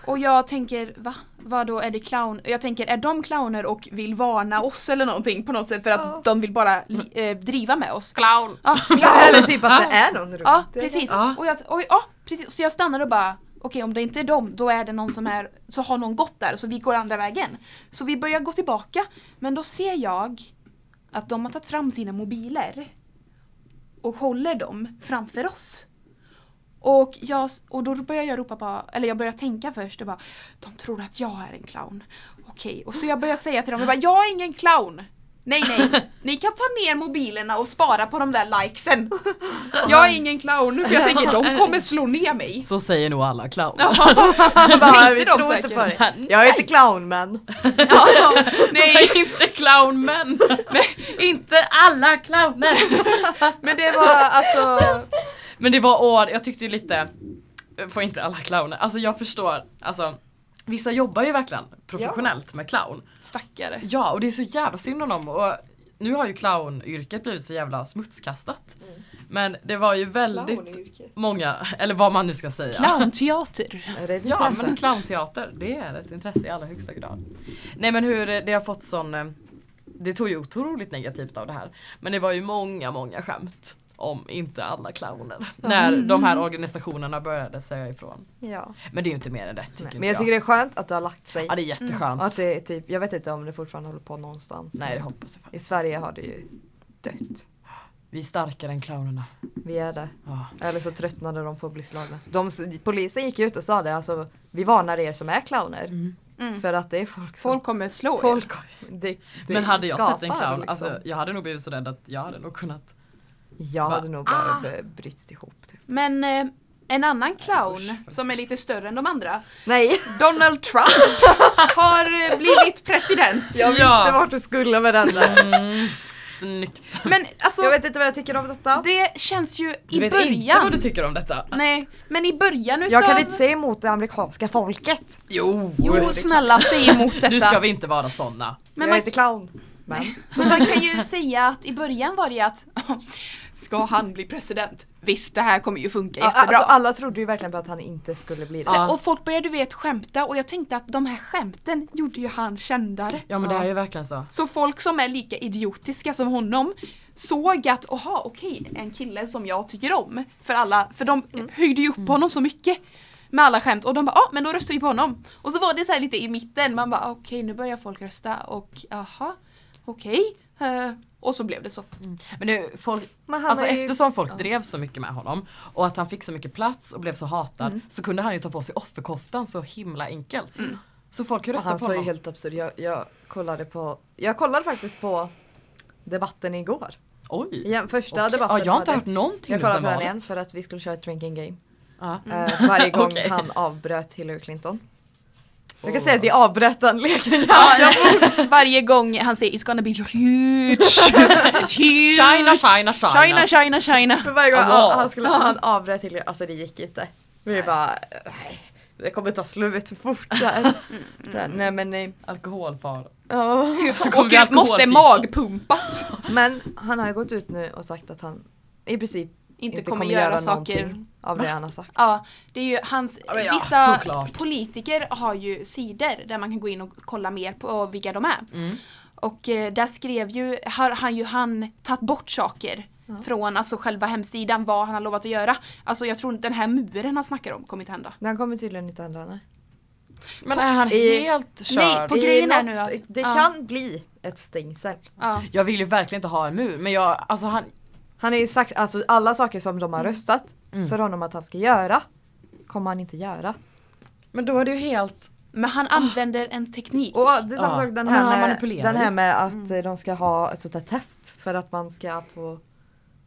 [SPEAKER 3] Och jag tänker, va? Vad då är det clown? Jag tänker, är de clowner och vill varna oss eller någonting på något sätt för att
[SPEAKER 2] Ja.
[SPEAKER 3] de vill bara li- eh, driva med oss?
[SPEAKER 1] Clown!
[SPEAKER 3] Ja,
[SPEAKER 2] Eller typ att det är någon runt.
[SPEAKER 3] ja precis.
[SPEAKER 1] Ja.
[SPEAKER 3] Och jag, och, ja, precis. Så jag stannar och bara, okej om det inte är dem, då är det någon som är, så har någon gått där så vi går andra vägen. Så vi börjar gå tillbaka, men då ser jag att de har tagit fram sina mobiler och håller dem framför oss. Och, jag, och då börjar jag ropa bara, eller jag börjar tänka först och bara De tror att jag är en clown. Okej, och så jag börjar säga till dem, jag, bara, jag är ingen clown. Nej nej, ni kan ta ner mobilerna och spara på de där likesen. Jag är ingen clown, för jag tänker de kommer slå ner mig.
[SPEAKER 1] Så säger nog alla clown.
[SPEAKER 2] Jag bara, vi
[SPEAKER 3] Tänkte de
[SPEAKER 2] tror inte
[SPEAKER 3] säkert.
[SPEAKER 2] på det. Jag är inte clown men.
[SPEAKER 3] Ja, nej,
[SPEAKER 1] inte clownmän! inte alla clowner!
[SPEAKER 3] men det var alltså...
[SPEAKER 1] Men det var år, jag tyckte ju lite, får inte alla clowner, alltså jag förstår, alltså Vissa jobbar ju verkligen professionellt med clown.
[SPEAKER 3] Stackare.
[SPEAKER 1] Ja och det är så jävla synd om dem och nu har ju clownyrket blivit så jävla smutskastat. Men det var Mm. ju väldigt många, eller vad man nu ska säga.
[SPEAKER 3] Clownteater.
[SPEAKER 2] Är det ett
[SPEAKER 1] Ja
[SPEAKER 2] intresse?
[SPEAKER 1] men clownteater, det är ett intresse i allra högsta grad. Nej men hur eh, det har fått sån, eh, det tog ju otroligt negativt av det här. Men det var ju många, många skämt om inte alla clowner. När de här organisationerna började säga ifrån.
[SPEAKER 2] ja.
[SPEAKER 1] Men det är ju inte mer än rätt tycker
[SPEAKER 2] Nej,
[SPEAKER 1] inte
[SPEAKER 2] Men jag tycker det är skönt att det har lagt sig.
[SPEAKER 1] Ja det är jätteskönt.
[SPEAKER 2] Och att det är typ, jag vet inte om det fortfarande håller på någonstans.
[SPEAKER 1] Nej det hoppas jag fan.
[SPEAKER 2] I Sverige har det ju dött.
[SPEAKER 1] Vi är starkare än clownerna.
[SPEAKER 2] Vi är det.
[SPEAKER 1] Ja.
[SPEAKER 2] Eller så tröttnade de på att bli slagna. De, polisen gick ut och sa det, alltså vi varnar er som är clowner.
[SPEAKER 3] Mm.
[SPEAKER 2] För att det är folk som...
[SPEAKER 3] Folk kommer slå er.
[SPEAKER 2] folk det, det
[SPEAKER 1] Men hade jag sett en
[SPEAKER 2] skapar,
[SPEAKER 1] clown,
[SPEAKER 2] liksom.
[SPEAKER 1] alltså, jag hade nog blivit så rädd att jag hade nog kunnat
[SPEAKER 2] Jag hade nog bara ah. brytt ihop. Typ.
[SPEAKER 3] Men eh, en annan clown
[SPEAKER 1] usch.
[SPEAKER 3] som är lite större än de andra,
[SPEAKER 2] Nej!
[SPEAKER 3] Donald Trump, har eh, blivit president.
[SPEAKER 2] Jag visste
[SPEAKER 1] Ja.
[SPEAKER 2] vart du skulle med den där.
[SPEAKER 1] mm, Snyggt!
[SPEAKER 3] Men alltså,
[SPEAKER 2] Jag vet inte vad jag tycker om detta.
[SPEAKER 3] det känns ju
[SPEAKER 1] Du
[SPEAKER 3] i
[SPEAKER 1] vet inte vad
[SPEAKER 3] början.
[SPEAKER 1] du tycker om detta?
[SPEAKER 3] Nej, men i början utav...
[SPEAKER 2] Jag kan inte säga emot det amerikanska folket.
[SPEAKER 1] Jo!
[SPEAKER 3] Jo, snälla säg emot detta.
[SPEAKER 1] Nu ska vi inte vara såna.
[SPEAKER 3] men,
[SPEAKER 2] jag
[SPEAKER 3] man,
[SPEAKER 2] är inte clown. Men
[SPEAKER 3] men man kan ju säga att i början var det ju att Ska han bli president? Visst, det här kommer ju funka
[SPEAKER 2] Ja,
[SPEAKER 3] jättebra.
[SPEAKER 2] alltså, alla trodde ju verkligen på att han inte skulle bli det.
[SPEAKER 3] Så,
[SPEAKER 1] Ja.
[SPEAKER 3] Och folk började du vet skämta och jag tänkte att de här skämten gjorde ju han kändare.
[SPEAKER 1] Ja men det är ju verkligen så.
[SPEAKER 3] Så folk som är lika idiotiska som honom såg att, aha okej, en kille som jag tycker om. För alla, för de höjde ju upp honom så mycket. Med alla skämt och de bara, ja ah, men då röstar vi på honom. Och så var det så här lite i mitten, man bara "Ah, okej nu börjar folk rösta och aha, okej. eh." och så blev det så.
[SPEAKER 1] Men det, folk,
[SPEAKER 2] Men han
[SPEAKER 1] alltså
[SPEAKER 2] är ju-
[SPEAKER 1] eftersom folk drev så mycket med honom och att han fick så mycket plats och blev så hatad
[SPEAKER 2] Mm.
[SPEAKER 1] så kunde han ju ta på sig offerkoftan så himla enkelt. Så folk har
[SPEAKER 2] Och Alltså, han
[SPEAKER 1] röstat på
[SPEAKER 2] sa ju
[SPEAKER 1] honom.
[SPEAKER 2] helt absurd. Jag, jag kollade på, jag kollade faktiskt på debatten igår.
[SPEAKER 1] Oj!
[SPEAKER 2] Igen, första
[SPEAKER 1] Okej.
[SPEAKER 2] debatten.
[SPEAKER 1] ja, jag har inte
[SPEAKER 2] hade-
[SPEAKER 1] hört någonting nu
[SPEAKER 2] Jag kollade
[SPEAKER 1] sen
[SPEAKER 2] på den
[SPEAKER 1] valet.
[SPEAKER 2] igen för att vi skulle köra ett drinking game.
[SPEAKER 1] Ja.
[SPEAKER 2] Eh, varje gång
[SPEAKER 1] Okej.
[SPEAKER 2] han avbröt Hillary Clinton. Jag kan
[SPEAKER 1] Åh.
[SPEAKER 2] säga att vi avbröt den leken.
[SPEAKER 3] Varje gång han säger It's gonna be huge, it's huge.
[SPEAKER 1] China, China, China.
[SPEAKER 3] China, China, China.
[SPEAKER 2] För varje gång
[SPEAKER 1] Ja.
[SPEAKER 2] han, han, skulle, han avbröt Hillary, alltså det gick inte. Vi bara, nej, det kommer ta slut för fort. Där.
[SPEAKER 3] Mm,
[SPEAKER 2] Där, nej men nej.
[SPEAKER 1] Alkoholfar.
[SPEAKER 2] Ja.
[SPEAKER 1] Kommer vi
[SPEAKER 3] Och måste
[SPEAKER 1] alkoholfika?
[SPEAKER 3] magpumpas.
[SPEAKER 2] Men han har ju gått ut nu och sagt att han i princip
[SPEAKER 3] Inte, kommer, göra, saker.
[SPEAKER 2] någonting av det han har sagt.
[SPEAKER 3] Ja, det är ju hans,
[SPEAKER 1] Ja, men ja,
[SPEAKER 3] vissa
[SPEAKER 1] såklart.
[SPEAKER 3] politiker har ju sidor där man kan gå in och kolla mer på vilka de är.
[SPEAKER 1] Mm.
[SPEAKER 3] Och eh, där skrev ju, har han ju han tagit bort saker från alltså själva hemsidan, vad han har lovat att göra. Alltså jag tror den här muren han snackar om kommer inte hända.
[SPEAKER 2] Den kommer tydligen inte hända. Nej.
[SPEAKER 1] Men är han
[SPEAKER 2] I-
[SPEAKER 1] helt körd?
[SPEAKER 3] Nej, på
[SPEAKER 2] I
[SPEAKER 3] grejen är
[SPEAKER 2] något-
[SPEAKER 3] nu att-
[SPEAKER 2] Det
[SPEAKER 3] ja.
[SPEAKER 2] kan bli ett stängsel.
[SPEAKER 3] Ja.
[SPEAKER 1] Jag vill ju verkligen inte ha en mur men jag, alltså han,
[SPEAKER 2] Han har ju sagt alltså alla saker som de
[SPEAKER 3] Mm.
[SPEAKER 2] har röstat för honom att han ska göra kommer han inte göra.
[SPEAKER 1] men då är det ju helt
[SPEAKER 3] Men han
[SPEAKER 1] Ah.
[SPEAKER 3] använder en teknik.
[SPEAKER 2] Och det är samma
[SPEAKER 1] Ja, Mm.
[SPEAKER 2] sak den
[SPEAKER 1] men han
[SPEAKER 2] här, med,
[SPEAKER 1] manipulerar
[SPEAKER 2] den här
[SPEAKER 1] ju.
[SPEAKER 2] med att eh, de ska ha ett sånt här test för att man ska få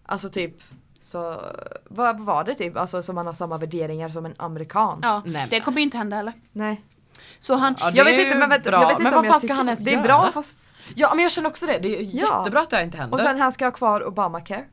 [SPEAKER 2] Alltså typ Så vad var det typ? Alltså som man har samma värderingar som en amerikan.
[SPEAKER 3] Ja,
[SPEAKER 1] Nej,
[SPEAKER 3] det
[SPEAKER 1] men-
[SPEAKER 3] kommer ju inte hända heller.
[SPEAKER 2] Nej.
[SPEAKER 3] Så han,
[SPEAKER 1] Ja, det
[SPEAKER 2] jag
[SPEAKER 1] är
[SPEAKER 2] vet
[SPEAKER 1] ju
[SPEAKER 2] inte men vänta,
[SPEAKER 1] bra.
[SPEAKER 2] jag vet inte
[SPEAKER 1] Men
[SPEAKER 2] om
[SPEAKER 1] vad
[SPEAKER 2] jag
[SPEAKER 1] fan ska
[SPEAKER 2] tycker-
[SPEAKER 1] han ens
[SPEAKER 2] Det är
[SPEAKER 1] göra?
[SPEAKER 2] bra fast
[SPEAKER 1] Ja men jag känner också det, det är ju
[SPEAKER 2] Ja.
[SPEAKER 1] jättebra att det här inte händer.
[SPEAKER 2] Och sen han ska ha kvar Obamacare.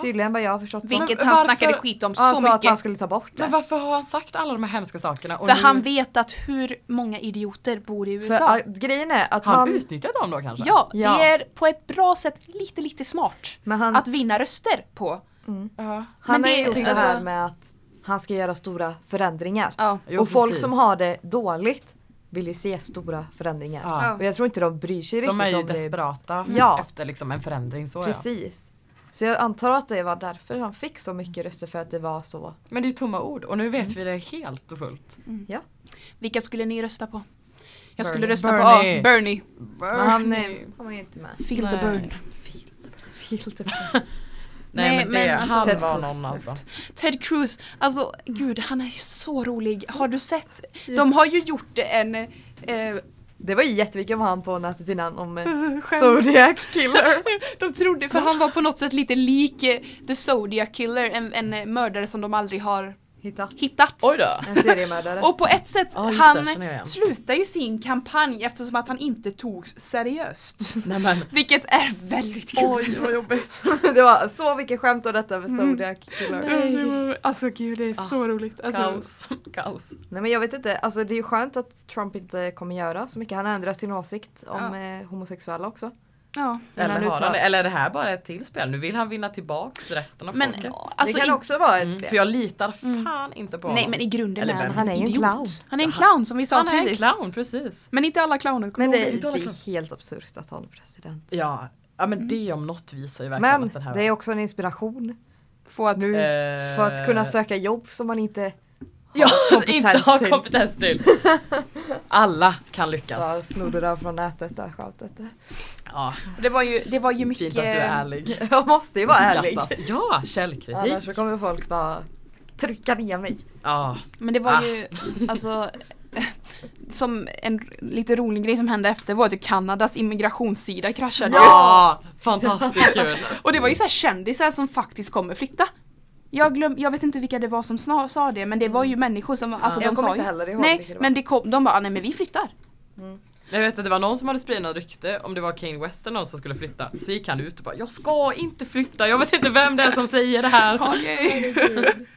[SPEAKER 2] Tydligen vad jag har förstått. som.
[SPEAKER 1] Men
[SPEAKER 3] vilket han
[SPEAKER 1] varför-
[SPEAKER 3] snackade skit om
[SPEAKER 2] Ja,
[SPEAKER 3] så
[SPEAKER 2] sa att han
[SPEAKER 3] mycket.
[SPEAKER 2] skulle ta bort det.
[SPEAKER 1] men varför har han sagt alla de här hemska sakerna? Och
[SPEAKER 3] För
[SPEAKER 1] nu-
[SPEAKER 3] han vet att hur många idioter bor i
[SPEAKER 2] För,
[SPEAKER 3] USA.
[SPEAKER 2] ja, grejen är att
[SPEAKER 1] har han
[SPEAKER 2] han...
[SPEAKER 1] utnyttjat dem då kanske?
[SPEAKER 3] Ja,
[SPEAKER 2] Ja.
[SPEAKER 3] det är på ett bra sätt lite, lite smart
[SPEAKER 2] Men han,
[SPEAKER 3] att vinna röster på.
[SPEAKER 1] Ja.
[SPEAKER 2] han
[SPEAKER 3] men
[SPEAKER 2] har
[SPEAKER 3] det-
[SPEAKER 2] ju gjort det
[SPEAKER 3] alltså-
[SPEAKER 2] här med att han ska göra stora förändringar.
[SPEAKER 3] Ja.
[SPEAKER 1] Jo,
[SPEAKER 2] och folk
[SPEAKER 1] precis.
[SPEAKER 2] som har det dåligt vill ju se stora förändringar.
[SPEAKER 1] Ja.
[SPEAKER 3] Ja.
[SPEAKER 2] Och jag tror inte de bryr sig
[SPEAKER 1] De
[SPEAKER 2] riktigt
[SPEAKER 1] är ju
[SPEAKER 2] om det.
[SPEAKER 1] desperata
[SPEAKER 2] Ja.
[SPEAKER 1] efter liksom en förändring. Så ja.
[SPEAKER 2] Precis. Så jag antar att det var därför han fick så mycket röster för att det var så.
[SPEAKER 1] Men det är ju tomma ord och nu vet vi det helt och fullt.
[SPEAKER 3] Vilka skulle ni rösta på? Jag skulle
[SPEAKER 2] Bernie.
[SPEAKER 3] rösta
[SPEAKER 1] Bernie.
[SPEAKER 3] på ah, Bernie.
[SPEAKER 2] Men han eh, kommer ju inte med.
[SPEAKER 3] Feel
[SPEAKER 1] Nej.
[SPEAKER 3] the burn.
[SPEAKER 1] Nej,
[SPEAKER 3] Nej,
[SPEAKER 1] men
[SPEAKER 3] men
[SPEAKER 1] det,
[SPEAKER 3] alltså-
[SPEAKER 1] han
[SPEAKER 2] Ted
[SPEAKER 1] var
[SPEAKER 2] Cruz.
[SPEAKER 1] någon alltså.
[SPEAKER 3] Ted Cruz, alltså gud han är ju så rolig. Har du sett? De har ju gjort en... Eh,
[SPEAKER 2] Det var ju jätteviktigt med han på nätet innan om en Zodiac killer.
[SPEAKER 3] de trodde, för han var på något sätt lite lik eh, The Zodiac Killer, en, en eh, mördare som de aldrig har
[SPEAKER 2] Hitta.
[SPEAKER 3] hittat.
[SPEAKER 1] Oj då.
[SPEAKER 2] En seriemördare.
[SPEAKER 3] Och på ett sätt,
[SPEAKER 1] Ja, just det,
[SPEAKER 3] han
[SPEAKER 1] känner jag igen.
[SPEAKER 3] slutar ju sin kampanj eftersom att han inte togs seriöst.
[SPEAKER 1] Nej men.
[SPEAKER 3] Vilket är väldigt kul.
[SPEAKER 1] Oj vad jobbigt.
[SPEAKER 2] det var så mycket skämt om detta med
[SPEAKER 1] Mm.
[SPEAKER 2] Zodiac killer.
[SPEAKER 3] Alltså gud det är så roligt.
[SPEAKER 1] Kaos. Kaos.
[SPEAKER 2] Nej men jag vet inte, alltså det är ju skönt att Trump inte kommer göra så mycket. Han har ändrat sin åsikt om
[SPEAKER 3] Ja.
[SPEAKER 2] eh, homosexuella också.
[SPEAKER 3] Ja.
[SPEAKER 2] Innan
[SPEAKER 1] Eller, har
[SPEAKER 2] uttal.
[SPEAKER 1] han, det? eller är det här bara ett till spel? Nu vill han vinna tillbaks resten av
[SPEAKER 3] Men
[SPEAKER 1] folket.
[SPEAKER 3] alltså,
[SPEAKER 2] det kan
[SPEAKER 3] i,
[SPEAKER 2] också vara ett
[SPEAKER 1] Mm,
[SPEAKER 2] spel.
[SPEAKER 1] för jag litar fan inte på honom.
[SPEAKER 3] nej men i grunden
[SPEAKER 1] Eller
[SPEAKER 3] är han,
[SPEAKER 1] vem?
[SPEAKER 2] Han är ju en
[SPEAKER 3] idiot.
[SPEAKER 2] clown.
[SPEAKER 3] Han är en clown som vi sa
[SPEAKER 1] han är en
[SPEAKER 3] precis.
[SPEAKER 1] clown, precis.
[SPEAKER 3] Men inte alla clowner. kommer
[SPEAKER 2] Men
[SPEAKER 3] ihåg
[SPEAKER 2] det,
[SPEAKER 1] inte
[SPEAKER 2] det
[SPEAKER 1] alla klart.
[SPEAKER 2] är helt absurt att han är president.
[SPEAKER 1] Ja, ja men det om något visar ju verkligen
[SPEAKER 2] Men
[SPEAKER 1] att den här...
[SPEAKER 2] det är också en inspiration
[SPEAKER 3] Få att,
[SPEAKER 2] nu
[SPEAKER 1] Eh,
[SPEAKER 2] Mm. för att kunna söka jobb som man inte
[SPEAKER 1] Ja,
[SPEAKER 2] kompetens
[SPEAKER 1] Eh, alltså, inte har
[SPEAKER 2] till.
[SPEAKER 1] kompetens till. Alla kan
[SPEAKER 2] bara
[SPEAKER 1] lyckas.
[SPEAKER 2] snodde där från nätet där skämtet.
[SPEAKER 1] Ja,
[SPEAKER 3] det, var ju, det var ju mycket...
[SPEAKER 1] fint att du är ärlig.
[SPEAKER 2] Jag måste ju vara ärlig.
[SPEAKER 1] Skattas. Ja, källkritik.
[SPEAKER 2] Annars så kommer folk bara trycka ner mig.
[SPEAKER 1] Ja,
[SPEAKER 3] Men det var
[SPEAKER 1] Ah.
[SPEAKER 3] ju alltså som en r- lite rolig grej som hände efter var att ju Kanadas immigrationssida kraschade ju.
[SPEAKER 1] ja fantastiskt kul.
[SPEAKER 3] Och det var ju så här kändisar som faktiskt kommer flytta. Jag, glöm, jag vet inte vilka det var som snar, sa det men det var ju människor som alltså,
[SPEAKER 2] Jag
[SPEAKER 3] de
[SPEAKER 2] kommer
[SPEAKER 3] sa
[SPEAKER 2] inte
[SPEAKER 3] ju,
[SPEAKER 2] heller ihåg
[SPEAKER 3] Nej
[SPEAKER 2] vilka det var.
[SPEAKER 3] men det kom, de bara "Ah, nej men vi flyttar.
[SPEAKER 1] Jag vet att det var någon som hade spridit något rykte om det var Kane West eller någon som skulle flytta. Så gick han ut och bara jag ska inte flytta, jag vet inte vem det är som säger det här.
[SPEAKER 3] Okej.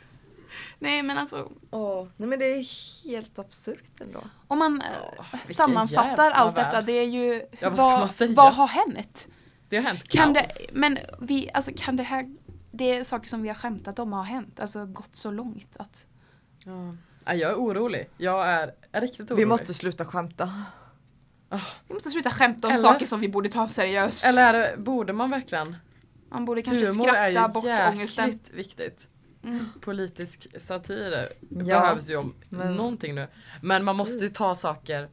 [SPEAKER 3] nej men alltså
[SPEAKER 2] Åh, nej men det är helt absurt ändå.
[SPEAKER 3] om man eh,
[SPEAKER 1] vilken
[SPEAKER 3] sammanfattar
[SPEAKER 1] jävla
[SPEAKER 3] allt
[SPEAKER 1] värld.
[SPEAKER 3] detta det är ju
[SPEAKER 1] Ja, vad ska man
[SPEAKER 3] vad,
[SPEAKER 1] säga?
[SPEAKER 3] vad har hänt?
[SPEAKER 1] Det har hänt
[SPEAKER 3] Kan det,
[SPEAKER 1] kaos.
[SPEAKER 3] men vi, alltså kan det här, det är saker som vi har skämtat om har hänt, alltså gått så långt att
[SPEAKER 1] Ja. Ja, Jag är orolig. Jag är är riktigt orolig.
[SPEAKER 2] Vi måste sluta skämta.
[SPEAKER 3] vi måste sluta skämta om
[SPEAKER 1] Eller-
[SPEAKER 3] saker som vi borde ta seriöst.
[SPEAKER 1] Eller är det, borde man verkligen?
[SPEAKER 3] Man borde kanske
[SPEAKER 1] Humor är
[SPEAKER 3] skratta
[SPEAKER 1] ju
[SPEAKER 3] bort ångesten.
[SPEAKER 1] jäkligt viktigt.
[SPEAKER 3] Mm.
[SPEAKER 1] Politisk satir
[SPEAKER 2] Ja,
[SPEAKER 1] behövs ju om
[SPEAKER 2] men-
[SPEAKER 1] någonting nu. Men man måste ju ta saker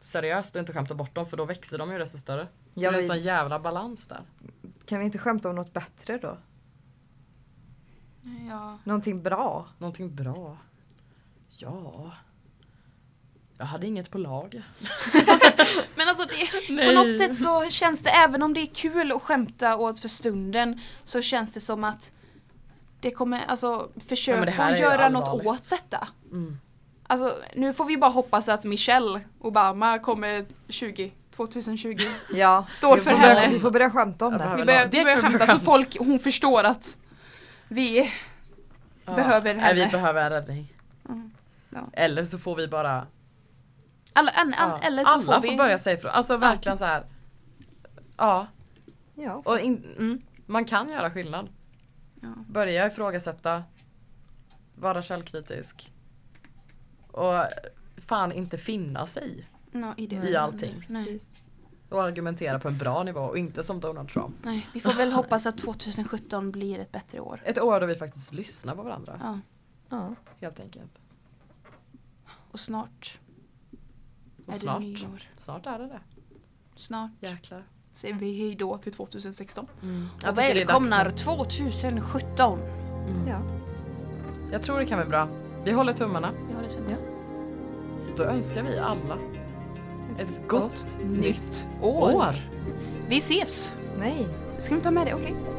[SPEAKER 1] seriöst och inte skämta bort dem för då växer de ju desto större. Så
[SPEAKER 2] Ja,
[SPEAKER 1] det är en
[SPEAKER 2] vi-
[SPEAKER 1] sån jävla balans där.
[SPEAKER 2] Kan vi inte skämta om något bättre då?
[SPEAKER 3] Ja.
[SPEAKER 2] Någonting bra?
[SPEAKER 1] Någonting bra. Ja. Jag hade inget på lag.
[SPEAKER 3] Men alltså det, på
[SPEAKER 1] Nej.
[SPEAKER 3] något sätt så känns det, även om det är kul att skämta åt för stunden, så känns det som att det kommer, alltså
[SPEAKER 1] Ja, men
[SPEAKER 3] försök
[SPEAKER 1] det här är
[SPEAKER 3] att
[SPEAKER 1] ju
[SPEAKER 3] göra något
[SPEAKER 1] allvarligt.
[SPEAKER 3] åt detta.
[SPEAKER 1] Mm.
[SPEAKER 3] Alltså nu får vi bara hoppas att Michelle Obama kommer 20, 2020
[SPEAKER 2] Ja,
[SPEAKER 3] Står
[SPEAKER 2] vi
[SPEAKER 3] för
[SPEAKER 2] får börja-
[SPEAKER 3] henne.
[SPEAKER 2] Vi får börja skämta om
[SPEAKER 1] Jag
[SPEAKER 2] det.
[SPEAKER 1] behöver-
[SPEAKER 3] Vi
[SPEAKER 1] Överlag.
[SPEAKER 3] börjar,
[SPEAKER 1] Det
[SPEAKER 3] vi börjar
[SPEAKER 1] kan bli
[SPEAKER 3] skämta så
[SPEAKER 1] skönt.
[SPEAKER 3] folk, hon förstår att vi... Behöver
[SPEAKER 1] Nej,
[SPEAKER 3] henne.
[SPEAKER 1] vi behöver en räddning.
[SPEAKER 3] Mm. Ja.
[SPEAKER 1] Eller så får vi bara
[SPEAKER 3] Alla, an, an,
[SPEAKER 1] ja.
[SPEAKER 3] Eller så
[SPEAKER 1] alla
[SPEAKER 3] får
[SPEAKER 1] får,
[SPEAKER 3] vi...
[SPEAKER 1] börja säga ifrån. Alltså verkligen så här. Ja,
[SPEAKER 2] Ja.
[SPEAKER 1] och in, mm, man kan göra skillnad.
[SPEAKER 3] Ja.
[SPEAKER 1] Börja ifrågasätta. Vara källkritisk. Och fan inte finna sig
[SPEAKER 3] Ja, i, det.
[SPEAKER 1] i allting.
[SPEAKER 3] Nej,
[SPEAKER 2] Precis.
[SPEAKER 1] Och argumentera på en bra nivå och inte som Donald Trump.
[SPEAKER 3] nej. Vi får väl hoppas att 2017 blir ett bättre år.
[SPEAKER 1] Ett år då vi faktiskt lyssnar på varandra.
[SPEAKER 3] Ja.
[SPEAKER 2] Ja.
[SPEAKER 1] Helt enkelt.
[SPEAKER 3] Och snart
[SPEAKER 1] Och
[SPEAKER 3] är
[SPEAKER 1] snart,
[SPEAKER 3] det nyår.
[SPEAKER 1] snart är det det.
[SPEAKER 3] Snart
[SPEAKER 1] Jäklar.
[SPEAKER 3] säger vi hej då till 2016.
[SPEAKER 1] Mm. Jag
[SPEAKER 3] och
[SPEAKER 1] tycker det är dags
[SPEAKER 3] välkomnar 2017!
[SPEAKER 1] nu. Jag tror det kan bli bra. Vi håller tummarna.
[SPEAKER 3] Vi har det som
[SPEAKER 2] Ja.
[SPEAKER 1] Då önskar vi alla ett gott
[SPEAKER 3] nytt
[SPEAKER 1] år.
[SPEAKER 3] Vi ses!
[SPEAKER 2] Nej. é
[SPEAKER 3] Ska vi ta med det? Okej.